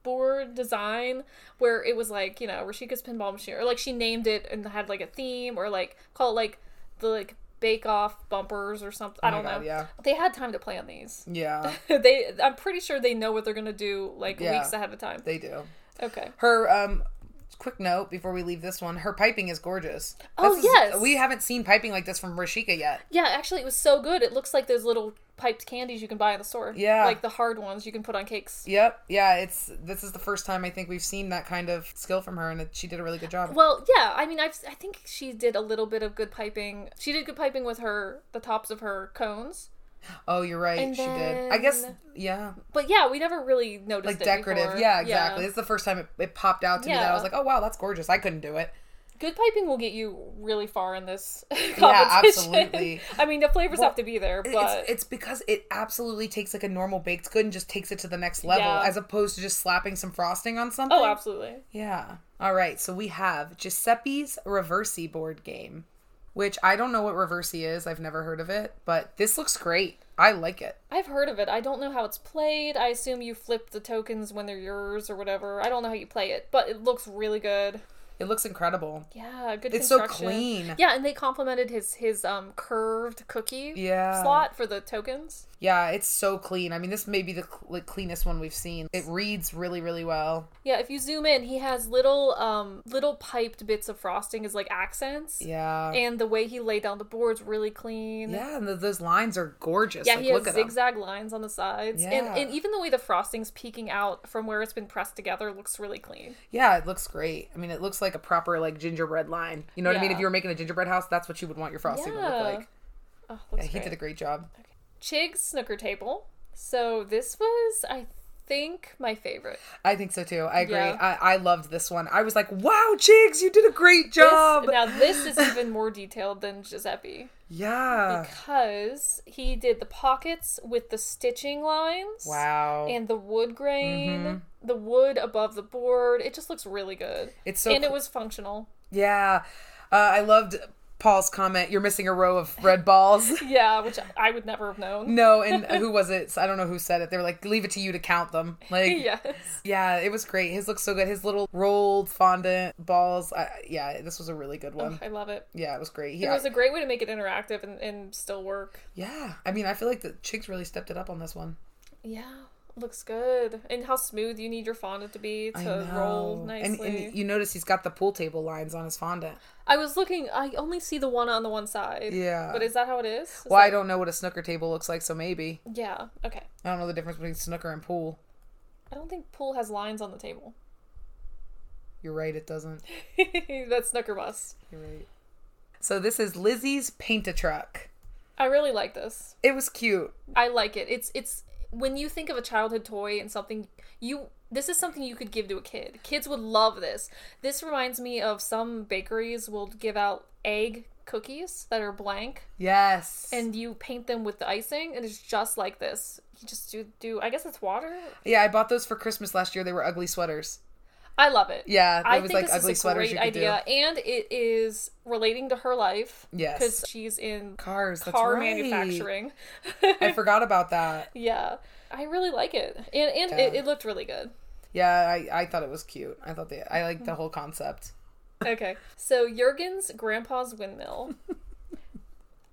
S2: backboard design where it was like you know rashika's pinball machine or like she named it and had like a theme or like call it like the like bake off bumpers or something i
S3: Oh my
S2: don't
S3: God,
S2: know
S3: yeah.
S2: they had time to plan these
S3: Yeah,
S2: they i'm pretty sure they know what they're gonna do like
S3: Yeah.
S2: weeks ahead of time
S3: they do.
S2: okay
S3: Her, um, quick note before we leave this one her piping is gorgeous.
S2: Oh,
S3: This is-
S2: yes.
S3: we haven't seen piping like this from Rashika yet.
S2: yeah actually it was so good it looks like those little piped candies you can buy in the store
S3: Yeah.
S2: like the hard ones you can put on cakes
S3: Yep. Yeah, it's this is the first time I think we've seen that kind of skill from her, and it, she did a really good job.
S2: Well, yeah. I mean, I've, I think she did a little bit of good piping. She did good piping with her the tops of her cones,
S3: oh, you're right.
S2: and
S3: She did. I guess,
S2: then-
S3: yeah.
S2: but yeah, we never really noticed
S3: Like
S2: it
S3: decorative.
S2: before.
S3: Yeah, exactly. It's the first time it, it popped out to me that I was
S2: Yeah.
S3: like, oh, wow, that's gorgeous. I couldn't do it.
S2: Good piping will get you really far in this competition.
S3: absolutely.
S2: I mean, the flavors
S3: Well,
S2: have to be there,
S3: It-
S2: but
S3: it's, it's because it absolutely takes like a normal baked good and just takes it to the next level
S2: Yeah.
S3: as opposed to just slapping some frosting on something.
S2: oh, absolutely.
S3: Yeah. All right. So we have Giuseppe's Reversi board game, which I don't know what Reversi is. I've never heard of it, but this looks great. I like it.
S2: I've heard of it. I don't know how it's played. I assume you flip the tokens when they're yours or whatever. I don't know how you play it, but it looks really good.
S3: It looks incredible.
S2: Yeah, good.
S3: It's so
S2: construction.
S3: clean.
S2: Yeah, and they complimented his his um curved cookie
S3: Yeah.
S2: slot for the tokens.
S3: Yeah, it's so clean. I mean, this may be the cl- like, cleanest one we've seen. It reads really, really well.
S2: Yeah, if you zoom in, he has little um little piped bits of frosting as like accents.
S3: Yeah.
S2: And the way he laid down the board's really clean.
S3: yeah, and th- those lines are gorgeous.
S2: Yeah,
S3: like,
S2: he
S3: look
S2: has
S3: at 'em.
S2: zigzag lines on the sides.
S3: Yeah.
S2: And and even the way the frosting's peeking out from where it's been pressed together looks really clean.
S3: Yeah, it looks great. I mean, it looks like a proper like gingerbread line. You know what I mean?
S2: Yeah.
S3: If you were making a gingerbread house, that's what you would want your frosting to
S2: Yeah.
S3: look like.
S2: Oh,
S3: Yeah,
S2: looks
S3: he
S2: great.
S3: did a great job.
S2: Chig's snooker table. So this was, I think, my favorite.
S3: I think so too. I agree.
S2: Yeah.
S3: I, I loved this one. I was like, "Wow, Jigs, you did a great job."
S2: This, now this is even more detailed than Giuseppe
S3: yeah.
S2: because he did the pockets with the stitching lines.
S3: Wow. Mm-hmm.
S2: And the wood grain, the wood above the board. It just looks really good.
S3: It's so
S2: and it
S3: cl-
S2: was functional.
S3: yeah. Uh, I loved Paul's comment. You're missing a row of red balls.
S2: Yeah, which I would never have known.
S3: no, and who was it? I don't know who said it. They were like, "Leave it to you to count them." Like,
S2: Yes.
S3: yeah, it was great. His looks so good. His little rolled fondant balls. I, yeah, this was a really good one.
S2: I love it.
S3: yeah, it was great. He,
S2: It was a great way to make it interactive and, and still work.
S3: Yeah, I mean, I feel like the chicks really stepped it up on this one.
S2: Yeah, looks good. And how smooth you need your fondant to be
S3: I
S2: to
S3: know.
S2: roll
S3: And,
S2: nicely.
S3: and you notice he's got the pool table lines on his fondant.
S2: I was looking. I only see the one on the one side.
S3: Yeah.
S2: But is that how it is? Is
S3: Well, I don't know what a snooker table looks like, so maybe
S2: that- yeah. Okay.
S3: I don't know the difference between snooker and pool.
S2: I don't think pool has lines on the table.
S3: You're right, it doesn't.
S2: That's snooker bus.
S3: You're right. So this is Lizzie's paint a truck.
S2: I really like this.
S3: It was cute.
S2: I like it. It's it's when you think of a childhood toy and something you this is something you could give to a kid. Kids would love this. This reminds me of some bakeries will give out egg cookies that are blank
S3: Yes.
S2: and you paint them with the icing and it's just like this. You just do do I guess it's water.
S3: yeah, I bought those for Christmas last year. They were ugly sweaters.
S2: I love it.
S3: Yeah,
S2: I
S3: it was
S2: think
S3: like
S2: this
S3: ugly
S2: is a
S3: sweaters
S2: great
S3: you could do.
S2: idea, and it is relating to her life.
S3: Yes.
S2: because she's in
S3: Cars, that's
S2: car
S3: right.
S2: manufacturing.
S3: I forgot about that.
S2: yeah, I really like it, and and it, it looked really good.
S3: Yeah, I, I thought it was cute. I thought they I liked the whole concept.
S2: Okay, so Jurgen's grandpa's windmill.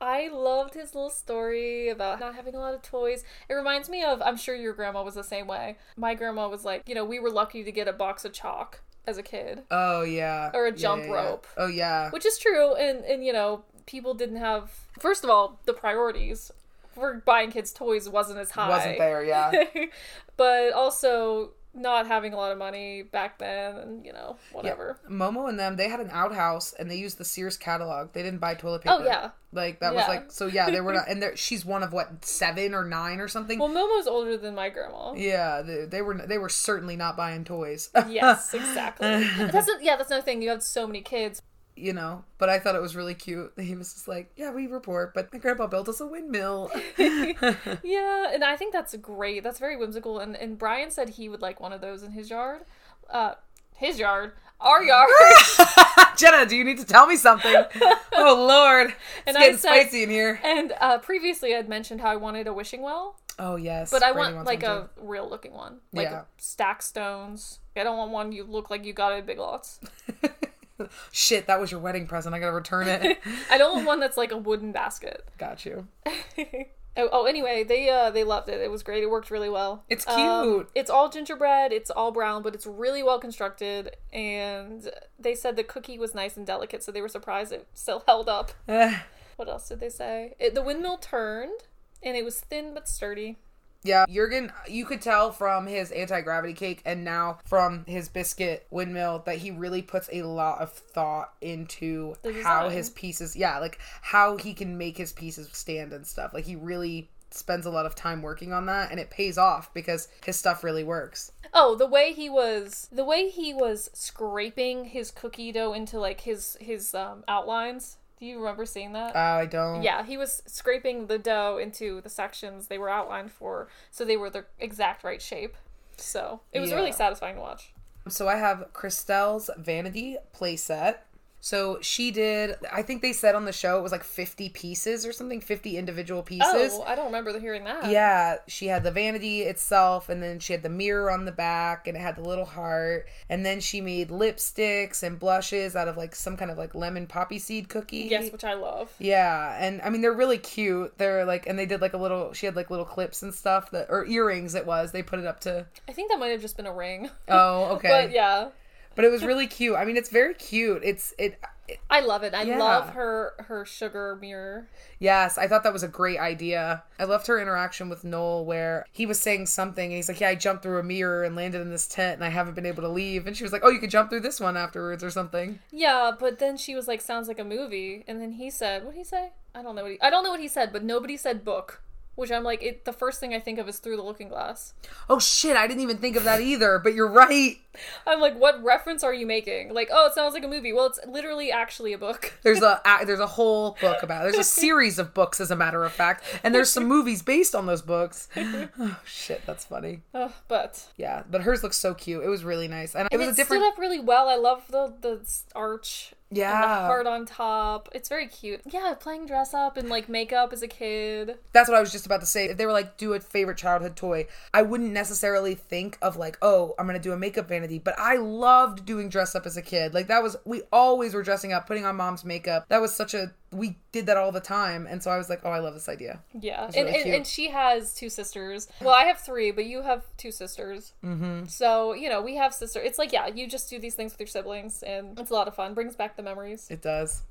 S2: I loved his little story about not having a lot of toys. It reminds me of, I'm sure your grandma was the same way. My grandma was like, you know, we were lucky to get a box of chalk as a kid.
S3: Oh yeah.
S2: Or a
S3: Yeah,
S2: jump
S3: yeah, yeah.
S2: rope.
S3: Oh yeah.
S2: which is true and and you know people didn't have first of all the priorities for buying kids toys wasn't as high
S3: wasn't there, yeah.
S2: but also not having a lot of money back then and you know whatever
S3: Momo and them, they had an outhouse and they used the Sears catalog. They didn't buy toilet paper.
S2: Oh, yeah.
S3: Like that was
S2: Yeah.
S3: like so yeah, they were not and they're she's one of what, seven or nine or something?
S2: well momo's older than my grandma
S3: yeah, they, they were they were certainly not buying toys.
S2: yes exactly that's a, yeah that's another thing you have so many kids
S3: you know, but I thought it was really cute. He was just like, Yeah, we were poor, but my grandpa built us a windmill.
S2: yeah and i think that's great that's very whimsical and and brian said he would like one of those in his yard uh his yard our yard
S3: Jenna, do you need to tell me something? oh Lord. It's
S2: And I
S3: getting
S2: said-
S3: spicy in here.
S2: and uh previously i'd mentioned how i wanted a wishing well
S3: Oh yes.
S2: But I
S3: Brady
S2: want
S3: wants
S2: like
S3: one,
S2: a real looking one, like
S3: Yeah.
S2: stack stones. I don't want one you look like you got it at Big Lots.
S3: too. shit, that was your wedding present. I gotta return it.
S2: I don't want one that's like a wooden basket.
S3: Got you.
S2: Oh, oh anyway, they uh they loved it. It was great. It worked really well.
S3: It's
S2: Um,
S3: cute.
S2: it's all gingerbread. It's all brown, but it's really well constructed. And they said the cookie was nice and delicate, so they were surprised it still held up.
S3: Eh,
S2: What else did they say? It, the windmill turned, and it was thin but sturdy.
S3: Yeah, Jurgen, you could tell from his anti gravity cake and now from his biscuit windmill that he really puts a lot of thought into
S2: The
S3: how
S2: design.
S3: his pieces, yeah, like how he can make his pieces stand and stuff. Like he really spends a lot of time working on that and it pays off because his stuff really works.
S2: Oh, the way he was the way he was scraping his cookie dough into like his his um, outlines. Do you remember seeing that?
S3: Oh, I don't.
S2: yeah, he was scraping the dough into the sections they were outlined for, so they were the exact right shape. So it was
S3: Yeah.
S2: really satisfying to watch.
S3: So I have Christelle's vanity playset. So she did, I think they said on the show it was like 50 pieces or something, 50 individual pieces.
S2: Oh, I don't remember the hearing that.
S3: Yeah, she had the vanity itself, and then she had the mirror on the back, and it had the little heart. And then she made lipsticks and blushes out of like some kind of like lemon poppy seed cookie.
S2: Yes, which I love.
S3: Yeah, and I mean they're really cute. They're like, and they did like a little. She had like little clips and stuff that, or earrings. It was they put it up to.
S2: I think that might have just been a ring.
S3: Oh, okay.
S2: But yeah,
S3: But it was really cute. I mean, it's very cute. It's it.
S2: I love it. I
S3: Yeah.
S2: love her her sugar mirror.
S3: Yes, I thought that was a great idea. I loved her interaction with Noel where he was saying something and he's like, Yeah, I jumped through a mirror and landed in this tent and I haven't been able to leave. And she was like, Oh, you could jump through this one afterwards or something.
S2: Yeah, but then she was like, "Sounds like a movie," and then he said, "What did he say?" I don't know what he. I don't know what he said, but nobody said book, which I'm like, it. The first thing I think of is Through the Looking Glass.
S3: Oh shit, I didn't even think of that either, but you're right.
S2: I'm like, what reference are you making? Like, oh, it sounds like a movie. Well, it's literally actually a book.
S3: There's a a- there's a whole book about it. There's a series of books as a matter of fact, and there's some movies based on those books. Oh shit, that's funny.
S2: Ugh, but
S3: Yeah, but hers looks so cute. It was really nice. And it
S2: and
S3: was
S2: it
S3: a different
S2: stood up really well. I love the the s- arch. And the
S3: Yeah.
S2: heart on top. It's very cute. Yeah, playing dress up and like makeup as a kid.
S3: That's what I was just about to say. If they were like, do a favorite childhood toy, I wouldn't necessarily think of like, oh, I'm gonna do a makeup vanity. But I loved doing dress up as a kid. Like that was we always were dressing up, putting on mom's makeup. That was such a we did that all the time. And so I was like, oh, I love this idea.
S2: Yeah, and,
S3: really
S2: and,
S3: cute.
S2: and she has two sisters. Well, I have three, but you have two sisters. Mm-hmm. So you know we have sister. It's like yeah, you just do these things with your siblings, and it's a lot of fun. Brings back the memories.
S3: It does.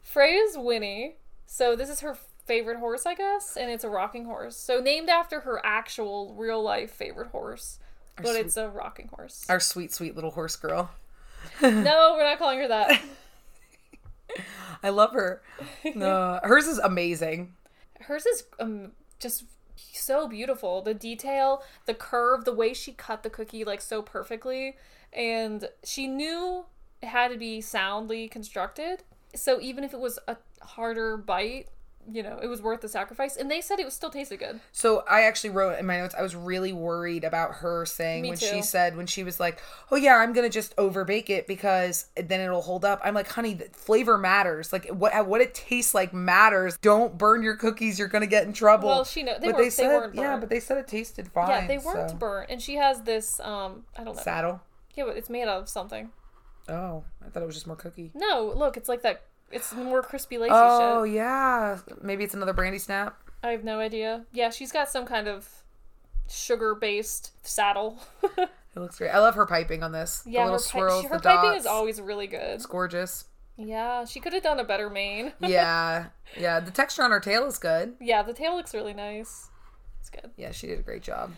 S2: Freya's Winnie. So this is her favorite horse, I guess, and it's a rocking horse. So named after her actual real life favorite horse, but it's a rocking horse.
S3: Our sweet, sweet little horse girl.
S2: no, we're not calling her that.
S3: I love her. No, hers is amazing.
S2: Hers is um, just so beautiful. The detail, the curve, the way she cut the cookie like so perfectly, and she knew it had to be soundly constructed. So even if it was a harder bite, you know, it was worth the sacrifice. And they said it was still tasted good.
S3: So I actually wrote in my notes, I was really worried about her saying
S2: Me
S3: when
S2: too.
S3: she said, when she was like, oh yeah, I'm going to just overbake it because then it'll hold up. I'm like, honey, the flavor matters. Like what what it tastes like matters. Don't burn your cookies. You're going to get in trouble.
S2: Well, she know- they
S3: but
S2: weren't-
S3: they
S2: they
S3: said,
S2: weren't
S3: yeah,
S2: burnt.
S3: but they said it tasted fine.
S2: Yeah, they weren't
S3: so.
S2: burnt. And she has this, um, I don't know.
S3: Saddle.
S2: Yeah, but it's made out of something.
S3: Oh, I thought it was just more cookie.
S2: No, look, it's like that. It's more crispy, lacy
S3: Oh
S2: shit.
S3: yeah. Maybe it's another brandy snap.
S2: I have no idea. Yeah, she's got some kind of sugar based saddle.
S3: It looks great. I love her piping on this.
S2: yeah,
S3: the little
S2: her, pi-
S3: swirls,
S2: she- her
S3: the
S2: piping
S3: dots.
S2: is always really good.
S3: It's gorgeous.
S2: Yeah, she could have done a better mane.
S3: yeah, yeah. The texture on her tail is good.
S2: yeah, the tail looks really nice. It's good.
S3: Yeah, she did a great job.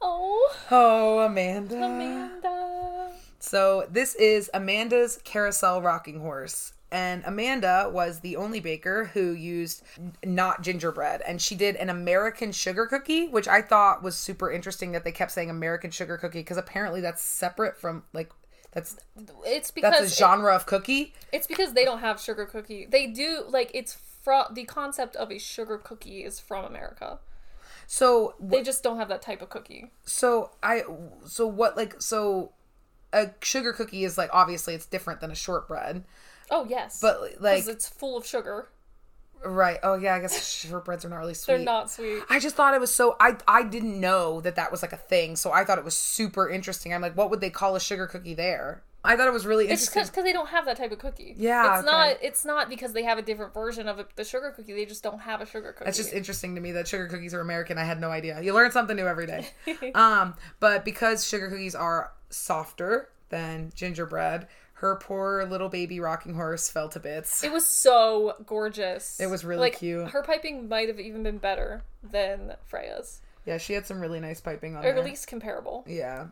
S2: Oh,
S3: Oh, Amanda.
S2: Amanda.
S3: So this is Amanda's carousel rocking horse. And Amanda was the only baker who used not gingerbread. And she did an American sugar cookie, which I thought was super interesting that they kept saying American sugar cookie because apparently that's separate from like that's
S2: It's because
S3: that's a
S2: it-
S3: genre of cookie.
S2: It's because they don't have sugar cookie. They do like it's from the concept of a sugar cookie is from America.
S3: So
S2: They just don't have that type of cookie.
S3: so I so what like so a sugar cookie is like obviously it's different than a shortbread.
S2: Oh yes,
S3: But like
S2: because it's full of sugar.
S3: Right. Oh yeah, I guess shortbreads are not really sweet.
S2: They're not sweet.
S3: I just thought it was so I I didn't know that that was like a thing, so I thought it was super interesting. I'm like, what would they call a sugar cookie there? I thought it was really
S2: It's
S3: interesting.
S2: because they don't have that type of cookie. it's
S3: Yeah, okay.
S2: not. It's not because they have a different version of the sugar cookie. They just don't have a sugar cookie.
S3: That's just interesting to me that sugar cookies are American. I had no idea. You learn something new every day. um, but because sugar cookies are softer than gingerbread, her poor little baby rocking horse fell to bits.
S2: It was so gorgeous. It
S3: was really
S2: like,
S3: cute.
S2: Her piping might have even been better than Freya's,
S3: yeah, she had some really nice piping on
S2: or
S3: there.
S2: at least comparable.
S3: yeah.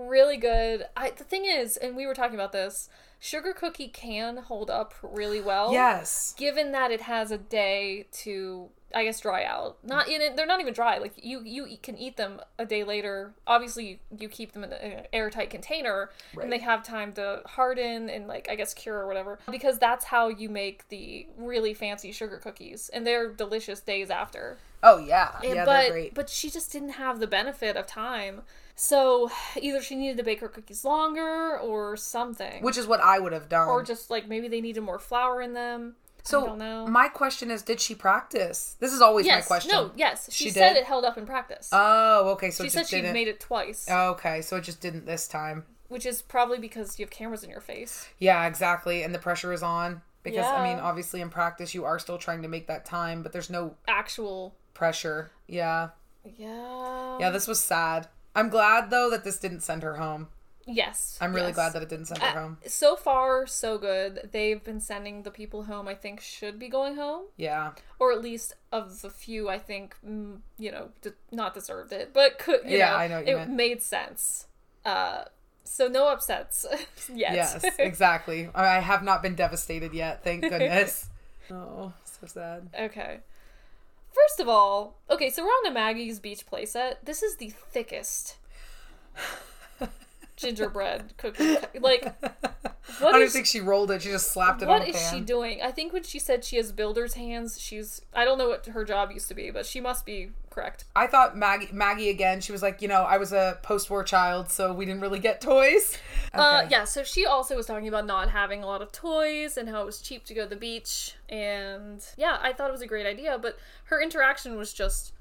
S2: Really good. I, the thing is, and we were talking about this, sugar cookie can hold up really well.
S3: Yes.
S2: given that it has a day to i guess dry out not in it they're not even dry like you you eat- can eat them a day later obviously you, you keep them in an airtight container and they have time to harden and like i guess cure or whatever because that's how you make the really fancy sugar cookies and they're delicious days after
S3: Oh yeah.
S2: And-
S3: yeah,
S2: Eh, but
S3: they're great.
S2: but she just didn't have the benefit of time So either she needed to bake her cookies longer or something.
S3: which is what I would have done.
S2: or just like maybe they needed more flour in them.
S3: so
S2: I don't know.
S3: my question is, did she practice? This is always
S2: yes,
S3: my question.
S2: no, yes. She,
S3: She
S2: said
S3: did?
S2: it held up in practice.
S3: Oh, okay. So
S2: she
S3: it
S2: said
S3: just
S2: she
S3: didn't. Oh.
S2: made it twice,
S3: Okay, so it just didn't this time.
S2: which is probably because you have cameras in your face.
S3: Yeah, exactly. And the pressure is on because I mean,
S2: Yeah.
S3: obviously in practice you are still trying to make that time, but there's no
S2: Actual,
S3: pressure. Yeah.
S2: yeah.
S3: Yeah, this was sad. I'm glad though that this didn't send her home.
S2: Yes.
S3: I'm really
S2: yes. Uh,
S3: glad that it didn't send her home.
S2: So far, so good. They've been sending the people home. I think should be going home,
S3: Yeah.
S2: or at least of the few. I think mm, you know, de- not deserved it, but could. You
S3: Yeah,
S2: know,
S3: I know what
S2: it
S3: you meant.
S2: made sense. Uh, so no upsets yet.
S3: Yes, exactly. I have not been devastated yet, thank goodness. oh, so sad.
S2: Okay. First of all, okay, so we're on to Maggie's beach playset. This is the thickest gingerbread cookie. cu- Like,
S3: I
S2: what
S3: don't
S2: is,
S3: think she rolled it. She just slapped it on
S2: what
S3: a
S2: is she
S3: pan.
S2: doing? I think when she said she has builder's hands, she's. I don't know what her job used to be, but she must be correct.
S3: I thought Maggie, Maggie again. She was like, you know, I was a post-war child, so we didn't really get toys.
S2: Uh,
S3: Okay.
S2: yeah, so she also was talking about not having a lot of toys and how it was cheap to go to the beach. And yeah, I thought it was a great idea, but her interaction was just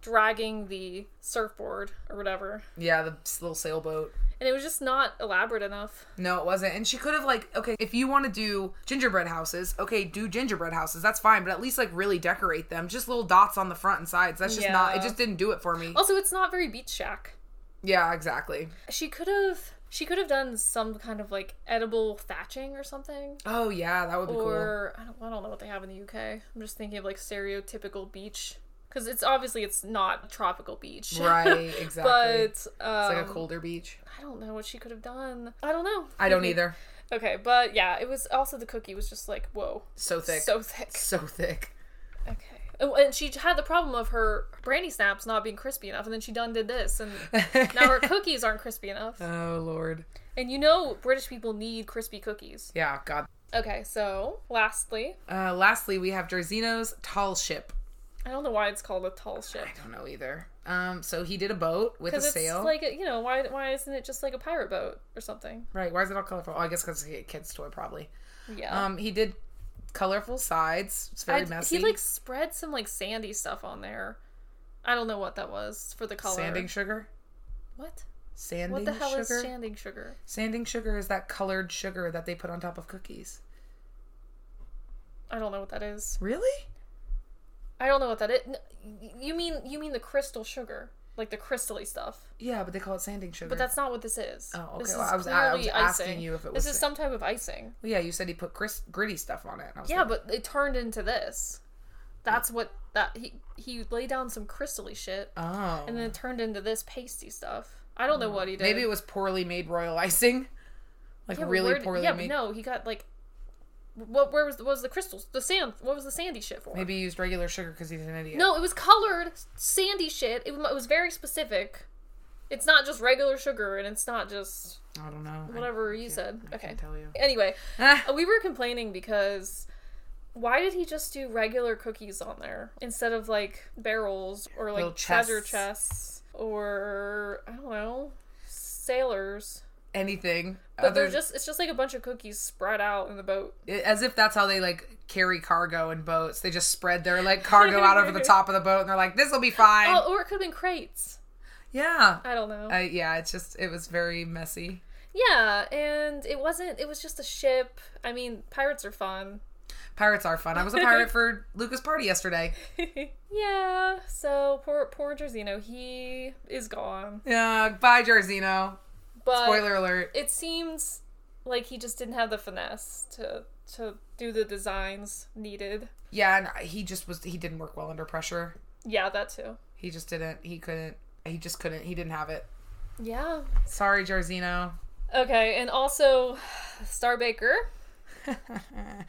S2: dragging the surfboard or whatever.
S3: Yeah, the little sailboat.
S2: and it was just not elaborate enough.
S3: No, it wasn't. And she could have like, okay, if you want to do gingerbread houses, okay, do gingerbread houses. That's fine, but at least like really decorate them. Just little dots on the front and sides. That's just not. It
S2: Yeah. Oh.
S3: just didn't do it for me.
S2: Also, it's not very beach shack.
S3: Yeah, exactly.
S2: She could have she could have done some kind of like edible thatching or something,
S3: Oh yeah, that would be
S2: or I don't I don't know what they have in the UK. I'm just thinking of like stereotypical beach because it's obviously it's not a tropical beach,
S3: cool. Right, exactly.
S2: but um,
S3: it's like a colder beach.
S2: I don't know what she could have done. I don't know.
S3: I don't either.
S2: Okay, but yeah, it was also the cookie was just like whoa,
S3: So thick.
S2: so thick.
S3: so thick.
S2: Okay. Oh, and she had the problem of her brandy snaps not being crispy enough, and then she done did this, and now her cookies aren't crispy enough.
S3: Oh lord.
S2: And you know, British people need crispy cookies.
S3: Yeah, God.
S2: Okay, so lastly,
S3: Uh, lastly, we have Drazino's tall ship.
S2: I don't know why it's called a tall ship
S3: I don't know either. Um, so he did a boat with a
S2: because it's
S3: sail.
S2: like you know why why isn't it just like a pirate boat or something?
S3: right. Why is it all colorful? Oh, I guess because it's a kid's toy, probably.
S2: Yeah.
S3: Um, he did colorful sides. It's very
S2: Oh. I,
S3: messy.
S2: he like spread some like sandy stuff on there. I don't know what that was for the color.
S3: sanding sugar.
S2: what?
S3: Sanding
S2: What the hell
S3: sugar.
S2: is sanding sugar?
S3: sanding sugar is that colored sugar that they put on top of cookies.
S2: I don't know what that is.
S3: Really?
S2: I don't know what that is. N- You mean you mean the crystal sugar, like the crystally stuff?
S3: Yeah, but they call it sanding sugar.
S2: But that's not what this is.
S3: Oh, okay.
S2: This
S3: Well,
S2: is
S3: I was- I was
S2: clearly
S3: asking you if it was
S2: This is
S3: the-
S2: some type of icing.
S3: yeah. You said he put cris- gritty stuff on it. and I was
S2: Yeah,
S3: like,
S2: but it turned into this. That's what that he he laid down some crystally shit,
S3: oh, Mm.
S2: and then it turned into this pasty stuff. I don't know what he did.
S3: maybe it was poorly made royal icing, like
S2: Yeah, but
S3: really
S2: where did-
S3: poorly
S2: Yeah,
S3: made.
S2: but no, he got like. What? Where was what was the crystals? The sand? What was the sandy shit for?
S3: Maybe he used regular sugar because he's an idiot.
S2: No, it was colored sandy shit. It, was- it was very specific. It's not just regular sugar, and it's not just
S3: I don't know. I-
S2: whatever you said. Okay.
S3: I tell you.
S2: Anyway, uh,
S3: Ah.
S2: we were complaining because why did he just do regular cookies on there instead of like barrels or like
S3: Little
S2: treasure
S3: chests.
S2: chests or I don't know sailors?
S3: Anything.
S2: But they're
S3: other-
S2: just it's just like a bunch of cookies spread out in the boat.
S3: as if that's how they like carry cargo in boats. They just spread their like cargo out over the top of the boat, and they're like, "This will be fine."
S2: Oh, or it could have been crates.
S3: yeah,
S2: I don't know.
S3: uh, yeah. It's just it was very messy.
S2: yeah, and it wasn't. It was just a ship. I mean, pirates are fun.
S3: Pirates are fun. I was a pirate for Luca's party yesterday.
S2: Yeah. So poor poor Drazino, he is gone.
S3: Yeah, bye, Jarzino.
S2: But
S3: Spoiler alert.
S2: it seems like he just didn't have the finesse to to do the designs needed.
S3: Yeah, and he just was. He didn't work well under pressure.
S2: Yeah, that too.
S3: He just didn't. He couldn't. He just couldn't. He didn't have it.
S2: Yeah.
S3: Sorry, Jarzino.
S2: Okay, and also Star Baker.
S3: Mm,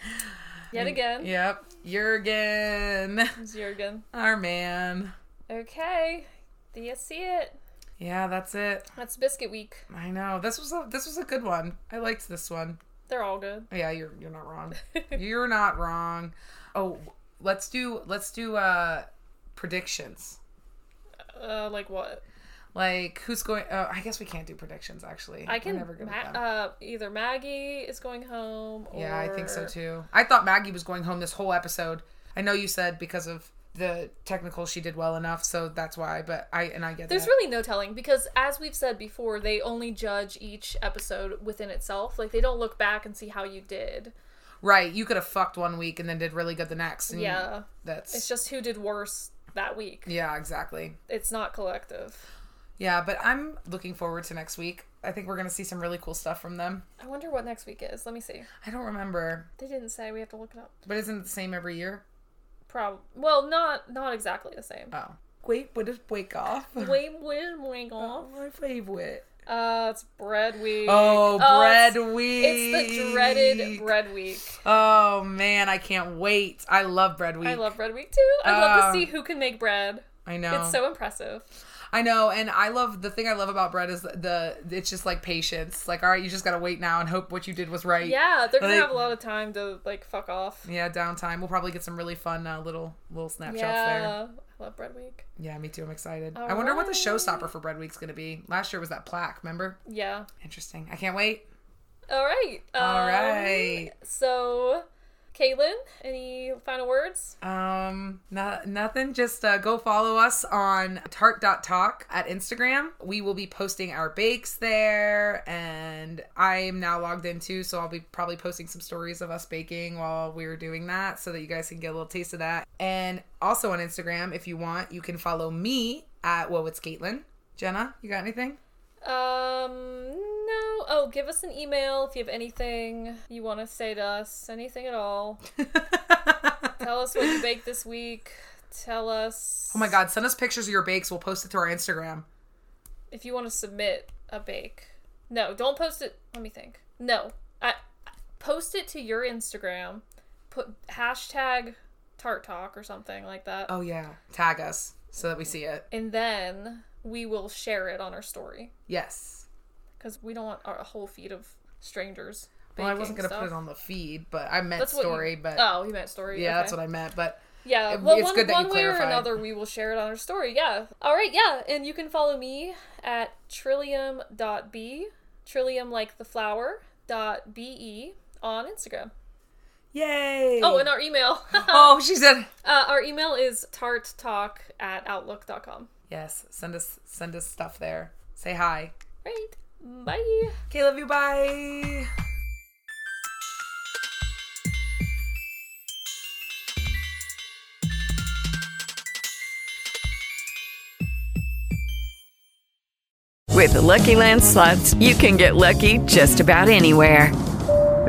S2: Yet again,
S3: Yep, Jurgen,
S2: Jurgen.
S3: our man.
S2: Okay, do you see it?
S3: Yeah, that's it.
S2: That's Biscuit Week.
S3: I know this was a this was a good one. I liked this one. Oh,
S2: They're all good.
S3: Yeah, you're you're not wrong. you're not wrong. Oh, let's do let's do uh predictions.
S2: Uh, like what?
S3: Like who's going? Oh, I guess we can't do predictions. Actually,
S2: I can.
S3: We're never good
S2: Ma-
S3: at that.
S2: uh, either Maggie is going home. Or...
S3: yeah, I think so too. I thought Maggie was going home this whole episode. I know you said because of the technical, she did well enough, so that's why. But I and I get
S2: There's
S3: that.
S2: really no telling because, as we've said before, they only judge each episode within itself. Like they don't look back and see how you did.
S3: right. You could have fucked one week and then did really good the next. And
S2: Yeah.
S3: that's
S2: It's just who did worse that week.
S3: Mm. yeah, exactly.
S2: It's not collective.
S3: Yeah, but I'm looking forward to next week. I think we're gonna see some really cool stuff from them.
S2: I wonder what next week is. Let me see.
S3: I don't remember,
S2: They didn't say. We have to look it up.
S3: but isn't it the same every year?
S2: Prob. Well, not not exactly the same.
S3: Oh, wait, what is wake off?
S2: Wait, wait, wait, off.
S3: My favorite.
S2: Uh, it's bread week.
S3: Oh, bread
S2: it's-
S3: week.
S2: It's the dreaded bread week.
S3: Oh man, I can't wait. I love bread week.
S2: I love bread week too. I'd love to
S3: Um,
S2: see who can make bread.
S3: I know.
S2: It's so impressive.
S3: I know, and I love the thing I love about bread is the, the it's just like patience. Like, all right, you just gotta wait now and hope what you did was right.
S2: Yeah, they're gonna
S3: Like-
S2: have a lot of time to like fuck off.
S3: Yeah, downtime. We'll probably get some really fun uh, little little snapshots there.
S2: Yeah, I love bread week.
S3: Yeah, me too. I'm excited. I wonder what the showstopper for Bread Week's gonna be. Last year was that plaque. Remember?
S2: Yeah.
S3: Interesting. I can't wait.
S2: All right. Um,
S3: All right.
S2: So, Caitlin, any final words?
S3: Um, no, nothing. Just uh, go follow us on tart.talk at Instagram. We will be posting our bakes there, and I'm now logged in too, so I'll be probably posting some stories of us baking while we're doing that, so that you guys can get a little taste of that. And also on Instagram, if you want, you can follow me at Whoa, it's Caitlin. Jenna, you got anything?
S2: Um, no. Oh, give us an email if you have anything you want to say to us, anything at all. Tell us what you baked this week. Tell us
S3: Oh my God, send us pictures of your bakes. We'll post it to our Instagram.
S2: if you want to submit a bake. No, don't post it. Let me think. No, I I- post it to your Instagram. Put hashtag tart talk or something like that,
S3: Oh yeah, tag us so that we see it.
S2: and then we will share it on our story
S3: Yes.
S2: because we don't want our a whole feed of strangers.
S3: Well, I
S2: baking
S3: wasn't gonna put
S2: stuff.
S3: it on the feed, but I meant
S2: That's what you-
S3: story. but
S2: oh, you meant story.
S3: yeah,
S2: okay.
S3: that's what I meant. But
S2: Yeah,
S3: It-
S2: well,
S3: it's
S2: one,
S3: good that you
S2: one way or
S3: clarified.
S2: another, we will share it on our story. Yeah. All right, yeah. And you can follow me at trillium.b, trillium like the flower, dot be on Instagram.
S3: yay!
S2: Oh, and our email. uh,
S3: oh, she said
S2: our email is tarttalk at outlook.com.
S3: yes. Send us send us stuff there. Say hi.
S2: Great. Bye.
S3: Okay, love you. Bye.
S5: With the Lucky Land slots, you can get lucky just about anywhere.